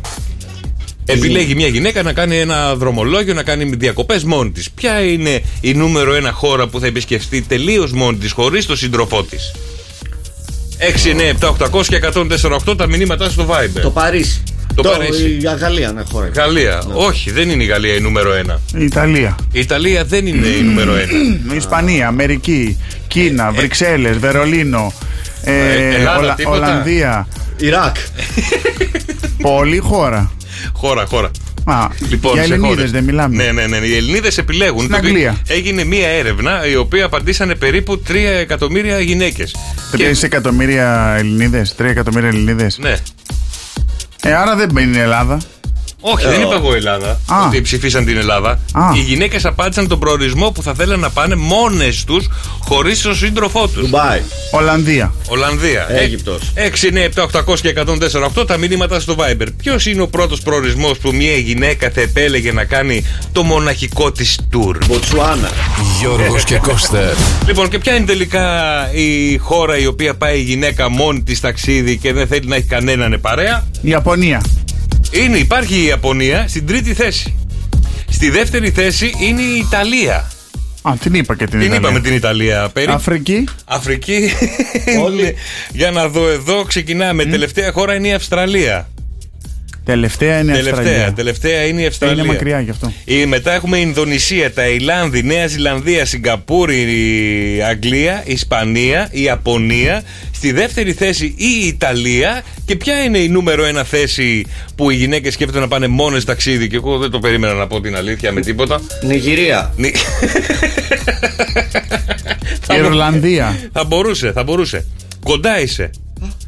Speaker 7: Επιλέγει μια γυναίκα να κάνει ένα δρομολόγιο, να κάνει διακοπές μόνη της. Ποια είναι η νούμερο ένα χώρα που θα επισκεφτεί τελείως μόνη της, χωρίς τον σύντροφό της. 6, 9, 7, 800 και 148 τα μηνύματά στο Viber.
Speaker 14: Το Παρίσι.
Speaker 7: Το Παρίσι.
Speaker 14: Η Γαλλία ναι, είναι χώρα.
Speaker 7: Γαλλία. Όχι, δεν είναι η Γαλλία η νούμερο ένα.
Speaker 4: Η Ιταλία.
Speaker 7: Η Ιταλία δεν είναι η νούμερο ένα.
Speaker 4: Η Ισπανία, Αμερική, Κίνα, Βρυξέλλες, Βερολίνο, ε,
Speaker 7: Ε, Ελλάδα,
Speaker 4: Ολα-
Speaker 7: τίποτα.
Speaker 4: Ολλανδία.
Speaker 14: Ιράκ.
Speaker 4: Πολύ χώρα.
Speaker 7: Χώρα, χώρα.
Speaker 4: Α,
Speaker 7: Λοιπόν,
Speaker 4: για
Speaker 7: σε
Speaker 4: Ελληνίδες
Speaker 7: χώρες.
Speaker 4: δεν μιλάμε.
Speaker 7: Ναι, ναι, ναι. Οι Ελληνίδες επιλέγουν.
Speaker 4: Στην
Speaker 7: Το-
Speaker 4: Αγγλία.
Speaker 7: Έγινε μία έρευνα η οποία απαντήσανε περίπου 3 εκατομμύρια γυναίκες.
Speaker 4: Τρει εκατομμύρια Ελληνίδες, τρία εκατομμύρια Ελληνίδες.
Speaker 7: Ναι.
Speaker 4: Ε, άρα δεν είναι Ελλάδα.
Speaker 7: Όχι,
Speaker 4: Ε,
Speaker 7: δεν
Speaker 4: ο-
Speaker 7: είπα εγώ Ελλάδα.
Speaker 4: Α.
Speaker 7: Ότι ψηφίσαν την Ελλάδα.
Speaker 4: Α.
Speaker 7: Οι γυναίκες απάντησαν τον προορισμό που θα θέλαν να πάνε μόνες τους χωρίς τον σύντροφό τους.
Speaker 14: Ντουμπάι.
Speaker 4: Ολλανδία.
Speaker 7: Ολλανδία. Ε,
Speaker 14: Ε, Αίγυπτος.
Speaker 7: 6, 9, 7, 800 και 148 τα μηνύματα στο Viber. Ποιος είναι ο πρώτος προορισμός που μια γυναίκα θα επέλεγε να κάνει το μοναχικό της tour.
Speaker 14: Μποτσουάνα.
Speaker 3: Γιώργος και Κώστα.
Speaker 7: Λοιπόν, και ποια είναι τελικά η χώρα η οποία πάει η γυναίκα μόνη της ταξίδι και δεν θέλει να έχει κανέναν παρέα.
Speaker 4: Ιαπωνία.
Speaker 7: Είναι, υπάρχει η Ιαπωνία στην τρίτη θέση. Στη δεύτερη θέση είναι η Ιταλία.
Speaker 4: Α, την είπα και την,
Speaker 7: Την
Speaker 4: Ιταλία.
Speaker 7: είπαμε την Ιταλία περίπου.
Speaker 4: Αφρική.
Speaker 7: Αφρική. είναι- Για να δω εδώ, ξεκινάμε. Τελευταία χώρα είναι η Αυστραλία.
Speaker 4: Τελευταία είναι η
Speaker 7: τελευταία,
Speaker 4: Αυστραλία.
Speaker 7: τελευταία είναι η Αυστραλία.
Speaker 4: Είναι μακριά γι' αυτό.
Speaker 7: Η, μετά έχουμε Ινδονησία, Ταϊλάνδη, Νέα Ζηλανδία, Σιγκαπούρη, η Αγγλία, Ισπανία, η Ιαπωνία. Στη δεύτερη θέση η Ιταλία. Και ποια είναι η νούμερο ένα θέση που οι γυναίκες σκέφτονται να πάνε μόνες ταξίδι. Και εγώ δεν το περίμενα να πω την αλήθεια με τίποτα.
Speaker 14: Νιγηρία.
Speaker 7: Νι-
Speaker 4: Ιρλανδία.
Speaker 7: θα μπορούσε, θα μπορούσε. Κοντά είσαι.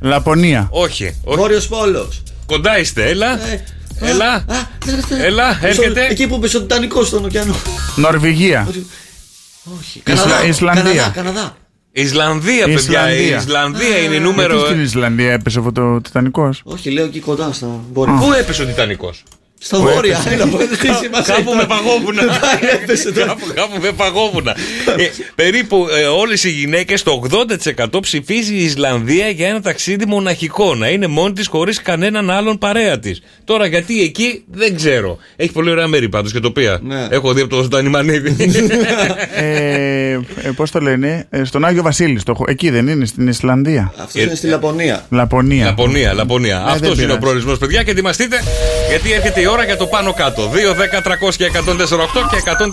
Speaker 4: Λαπωνία.
Speaker 7: Όχι. όχι.
Speaker 14: Βόρειο Πόλος.
Speaker 7: Κοντά είστε, έλα. Έλα. Έλα, έρχεται.
Speaker 14: Εκεί που πέσει ο Τιτανικό στον ωκεανό.
Speaker 4: Νορβηγία. Ισλα-
Speaker 14: Καναδά. Καναδά,
Speaker 4: Ισλανδία.
Speaker 14: Καναδά.
Speaker 7: Ισλανδία, παιδιά. Η
Speaker 4: Ισλανδία.
Speaker 7: Ισλανδία είναι η
Speaker 4: Γιατί
Speaker 7: νούμερο.
Speaker 4: στην Ισλανδία έπεσε αυτό το Τιτανικός.
Speaker 14: Όχι, λέω εκεί κοντά στα. Μπορεί.
Speaker 7: Πού έπεσε ο Τιτανικός.
Speaker 14: Στα
Speaker 7: Που
Speaker 14: βόρεια,
Speaker 7: έπεσε.
Speaker 14: έλα, που έπεσε,
Speaker 7: Κά-
Speaker 14: μας
Speaker 7: Κάπου
Speaker 14: έκανε.
Speaker 7: με παγόβουνα. Κάπου- Κάπου με παγόβουνα. Ε, Περίπου όλες οι γυναίκες το 80% ψηφίζει η Ισλανδία για ένα ταξίδι μοναχικό. Να είναι μόνη της χωρίς κανέναν άλλον παρέα της. Τώρα γιατί εκεί δεν ξέρω. Έχει πολύ ωραία μέρη πάντως και τοπία. Έχω δει από το Ζωντανή Μανίδη.
Speaker 4: ε, Πώς το λένε, ε, στον Άγιο Βασίλη. Το, έχω- εκεί δεν είναι, στην Ισλανδία.
Speaker 7: Ε,
Speaker 14: Αυτός είναι στη Λαπωνία.
Speaker 4: Λαπωνία.
Speaker 7: Λαπωνία, Λαπωνία.
Speaker 4: Ναι,
Speaker 7: Αυτό
Speaker 4: δεν
Speaker 7: είναι ο
Speaker 4: πειράζει.
Speaker 7: προορισμός, παιδιά, και ετοιμαστείτε γιατί έρχεται η ώρα για το πάνω κάτω. 2, 10, 300 και 104,8 και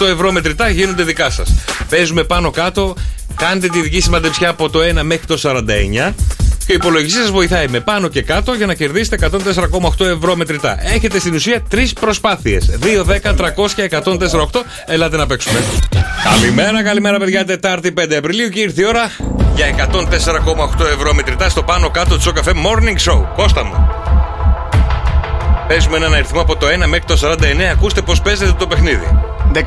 Speaker 7: 104,8 ευρώ μετρητά γίνονται δικά σας. Παίζουμε πάνω κάτω, κάντε τη δική σημαντεψιά από το 1 μέχρι το 49. Και ο υπολογιστή σας βοηθάει με πάνω και κάτω για να κερδίσετε 104,8 ευρώ μετρητά. Έχετε στην ουσία τρεις προσπάθειες. 2, 10, 300 και 104,8. Ελάτε να παίξουμε. Καλημέρα, καλημέρα, παιδιά. Τετάρτη 5 Απριλίου και ήρθε η ώρα για 104,8 ευρώ μετρητά στο πάνω κάτω του Σοκαφέ Morning Show. Κώστα μου. Παίζουμε έναν αριθμό από το 1 μέχρι το 49. Ακούστε πώς παίζετε το παιχνίδι.
Speaker 4: 19.
Speaker 7: 19.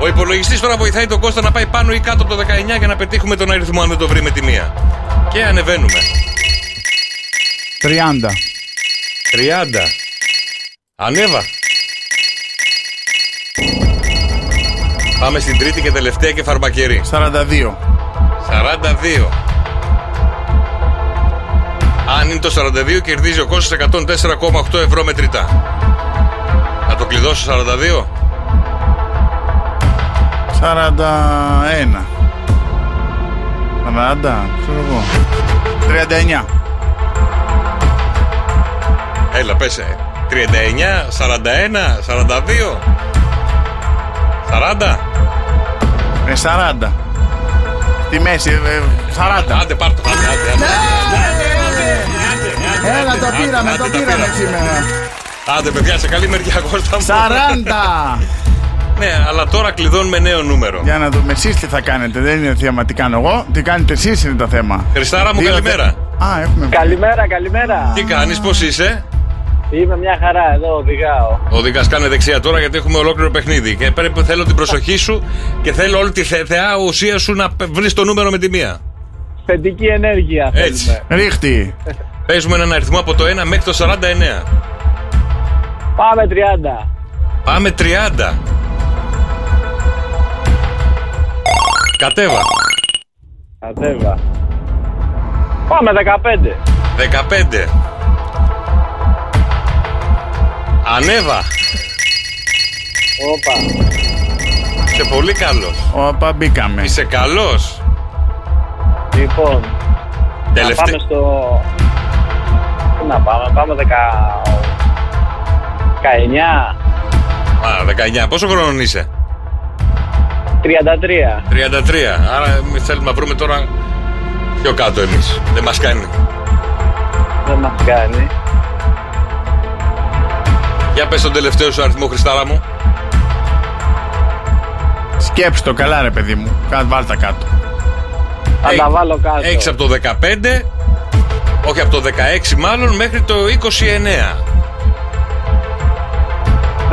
Speaker 7: Ο υπολογιστής τώρα βοηθάει τον Κώστα να πάει πάνω ή κάτω από το 19 για να πετύχουμε τον αριθμό αν δεν το βρει με τη μία. Και ανεβαίνουμε.
Speaker 4: 30.
Speaker 7: 30. Ανέβα. Πάμε στην τρίτη και τελευταία και φαρμακερή.
Speaker 4: 42.
Speaker 7: 42. Αν είναι το 42 κερδίζει ο Κώστας 104,8 ευρώ μετρητά. Να το κλειδώσω 42.
Speaker 4: 41. 40. Ξέρω εγώ. 39.
Speaker 7: Έλα πέσε. 39, 41, 42. 40.
Speaker 4: Ε, 40. Τη μέση. ε, 40.
Speaker 7: Άντε, πάρ' το.
Speaker 4: Έλα, το πήραμε,
Speaker 7: άντε,
Speaker 4: το
Speaker 7: τα
Speaker 4: πήραμε
Speaker 7: πήραμε.
Speaker 4: σήμερα.
Speaker 7: Άντε παιδιά, σε καλή μεριά Κώστα μου.
Speaker 4: 40.
Speaker 7: ναι, αλλά τώρα κλειδώνουμε νέο νούμερο.
Speaker 4: Για να δούμε εσείς τι θα κάνετε. Δεν είναι θέμα τι κάνω εγώ. Τι κάνετε εσείς είναι το θέμα.
Speaker 7: Χριστάρα μου,
Speaker 4: Δύο,
Speaker 7: καλημέρα.
Speaker 4: Α, έχουμε.
Speaker 11: Καλημέρα, καλημέρα.
Speaker 7: Τι κάνεις, πώς είσαι.
Speaker 11: Είμαι μια χαρά εδώ, οδηγάω.
Speaker 7: Οδηγάς, κάνε δεξιά τώρα γιατί έχουμε ολόκληρο παιχνίδι. Και πρέπει, θέλω την προσοχή σου και θέλω όλη τη θε- θεά ουσία σου να βρεις το νούμερο με τη μία.
Speaker 11: Θετική ενέργεια
Speaker 7: Έτσι.
Speaker 11: θέλουμε.
Speaker 4: Ρίχτη.
Speaker 7: Παίζουμε έναν αριθμό από το 1 μέχρι το 49.
Speaker 11: Πάμε 30.
Speaker 7: Πάμε 30. Κατέβα.
Speaker 11: Κατέβα. Πάμε 15.
Speaker 7: 15. Ανέβα.
Speaker 11: Όπα.
Speaker 7: Είσαι πολύ καλός.
Speaker 4: Όπα, μπήκαμε.
Speaker 7: Είσαι καλός.
Speaker 11: Λοιπόν.
Speaker 7: Τελευταί-
Speaker 11: Να πάμε στο... Πού να πάμε, πάμε 10...
Speaker 7: Α, 19. Πόσο χρόνο είσαι.
Speaker 11: 19. 33.
Speaker 7: 33. Άρα εμείς θέλουμε να βρούμε τώρα πιο κάτω εμείς. Δεν μας κάνει.
Speaker 11: Δεν μας κάνει.
Speaker 7: Για πες τον τελευταίο σου αριθμό, Χριστάρα μου.
Speaker 4: Σκέψτε το καλά, ρε παιδί μου. Κα- Βάλτε τα κάτω.
Speaker 11: Θα τα βάλω κάτω.
Speaker 7: Έχεις από το 15, όχι από το 16 μάλλον, μέχρι το 29.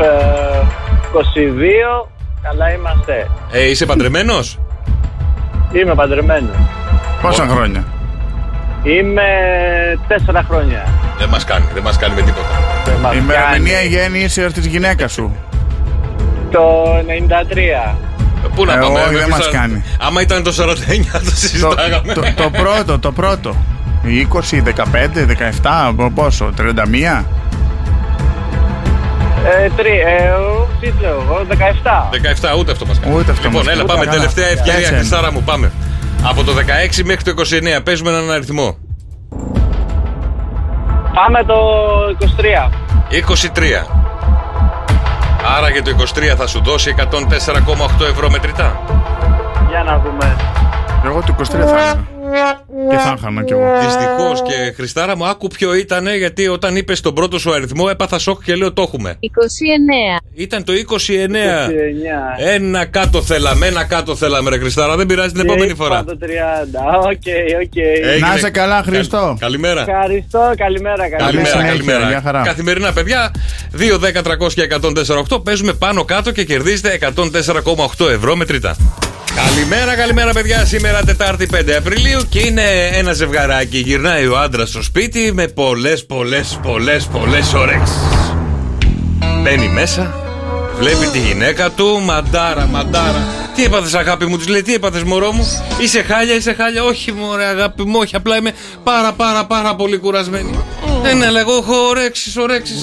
Speaker 11: Ε, 22. Καλά είμαστε.
Speaker 7: Ε, είσαι παντρεμένος.
Speaker 11: Είμαι παντρεμένος.
Speaker 4: Πόσα χρόνια.
Speaker 11: Είμαι 4 χρόνια.
Speaker 7: Δεν μας κάνει, δεν μας κάνει με τίποτα.
Speaker 4: Η ημερομηνία γέννηση της γυναίκας σου.
Speaker 11: Το 93.
Speaker 7: Πού να
Speaker 4: Ε,
Speaker 7: πάμε,
Speaker 4: όχι,
Speaker 7: μέχρι
Speaker 4: δεν μας
Speaker 7: σαν-
Speaker 4: κάνει.
Speaker 7: Άμα ήταν το 49, το συζητάγαμε.
Speaker 4: το, το πρώτο, το πρώτο. 20, 15, 17, πο- πόσο, 31.
Speaker 11: Ε, τρι, ε, ο, τι λέω εγώ, 17.
Speaker 7: 17, ούτε αυτό μας κάνει.
Speaker 4: Ούτε αυτό
Speaker 7: λοιπόν,
Speaker 4: μας-
Speaker 7: έλα,
Speaker 4: ούτε
Speaker 7: πάμε.
Speaker 4: καλά.
Speaker 7: Τελευταία ευκαιρία,
Speaker 4: Έτσι.
Speaker 7: Χριστάρα μου, πάμε. Από το 16 μέχρι το 29, παίζουμε έναν αριθμό.
Speaker 11: Πάμε το 23.
Speaker 7: 23. Άρα για το 23 θα σου δώσει 104,8 ευρώ μετρητά.
Speaker 11: Για να δούμε.
Speaker 4: Εγώ του 23 θα είχα. Και θα είχαμε κι εγώ.
Speaker 7: Δυστυχώς και Χριστάρα μου, άκου ποιο ήταν, γιατί όταν είπες τον πρώτο σου αριθμό, έπαθα σοκ και λέω το έχουμε.
Speaker 9: 29.
Speaker 7: Ήταν το 29. Ένα κάτω θέλαμε, ένα κάτω θέλαμε, ρε Χριστάρα. Δεν πειράζει την επόμενη φορά.
Speaker 11: Το 30. Οκ, οκ.
Speaker 7: Έγινε.
Speaker 4: Να είσαι καλά, Χριστό.
Speaker 7: Καλημέρα.
Speaker 11: Ευχαριστώ, καλημέρα, καλημέρα.
Speaker 7: Καλημέρα,
Speaker 4: συνέχεια,
Speaker 7: καλημέρα.
Speaker 4: γεια χαρά.
Speaker 7: Καθημερινά, παιδιά, 2, 10, 300 και 148 παίζουμε πάνω κάτω και κερδίζετε 104,8 ευρώ μετρητά. Καλημέρα, καλημέρα παιδιά. Σήμερα Τετάρτη 5 Απριλίου και είναι ένα ζευγαράκι. Γυρνάει ο άντρας στο σπίτι με πολλές, πολλές, πολλές, πολλές ωρέξει. Μπαίνει μέσα, βλέπει τη γυναίκα του, μαντάρα, μαντάρα. Τι έπαθες, αγάπη μου, της λέει, τι έπαθες, μωρό μου. Είσαι χάλια, είσαι χάλια. Όχι, μωρέ, αγάπη μου, όχι, απλά είμαι πάρα, πάρα, πάρα πολύ κουρασμένη. Ε, ναι, λέγω, έχω ωρέξεις, ωρέξεις.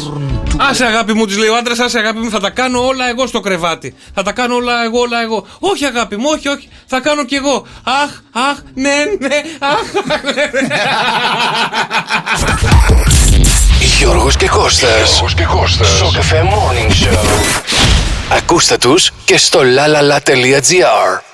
Speaker 7: Άσε αγάπη μου, της λέει ο άντρας, άσε αγάπη μου, θα τα κάνω όλα εγώ στο κρεβάτι. Θα τα κάνω όλα εγώ, όλα εγώ. Όχι αγάπη μου, όχι, όχι, θα κάνω κι εγώ. Αχ, αχ, ναι, ναι, αχ, αχ, ναι, ναι.
Speaker 3: Γιώργος και Κώστας. Γιώργος και Κώστας. Σοκ FM Morning Show. Ακούστε τους και στο lalala.gr.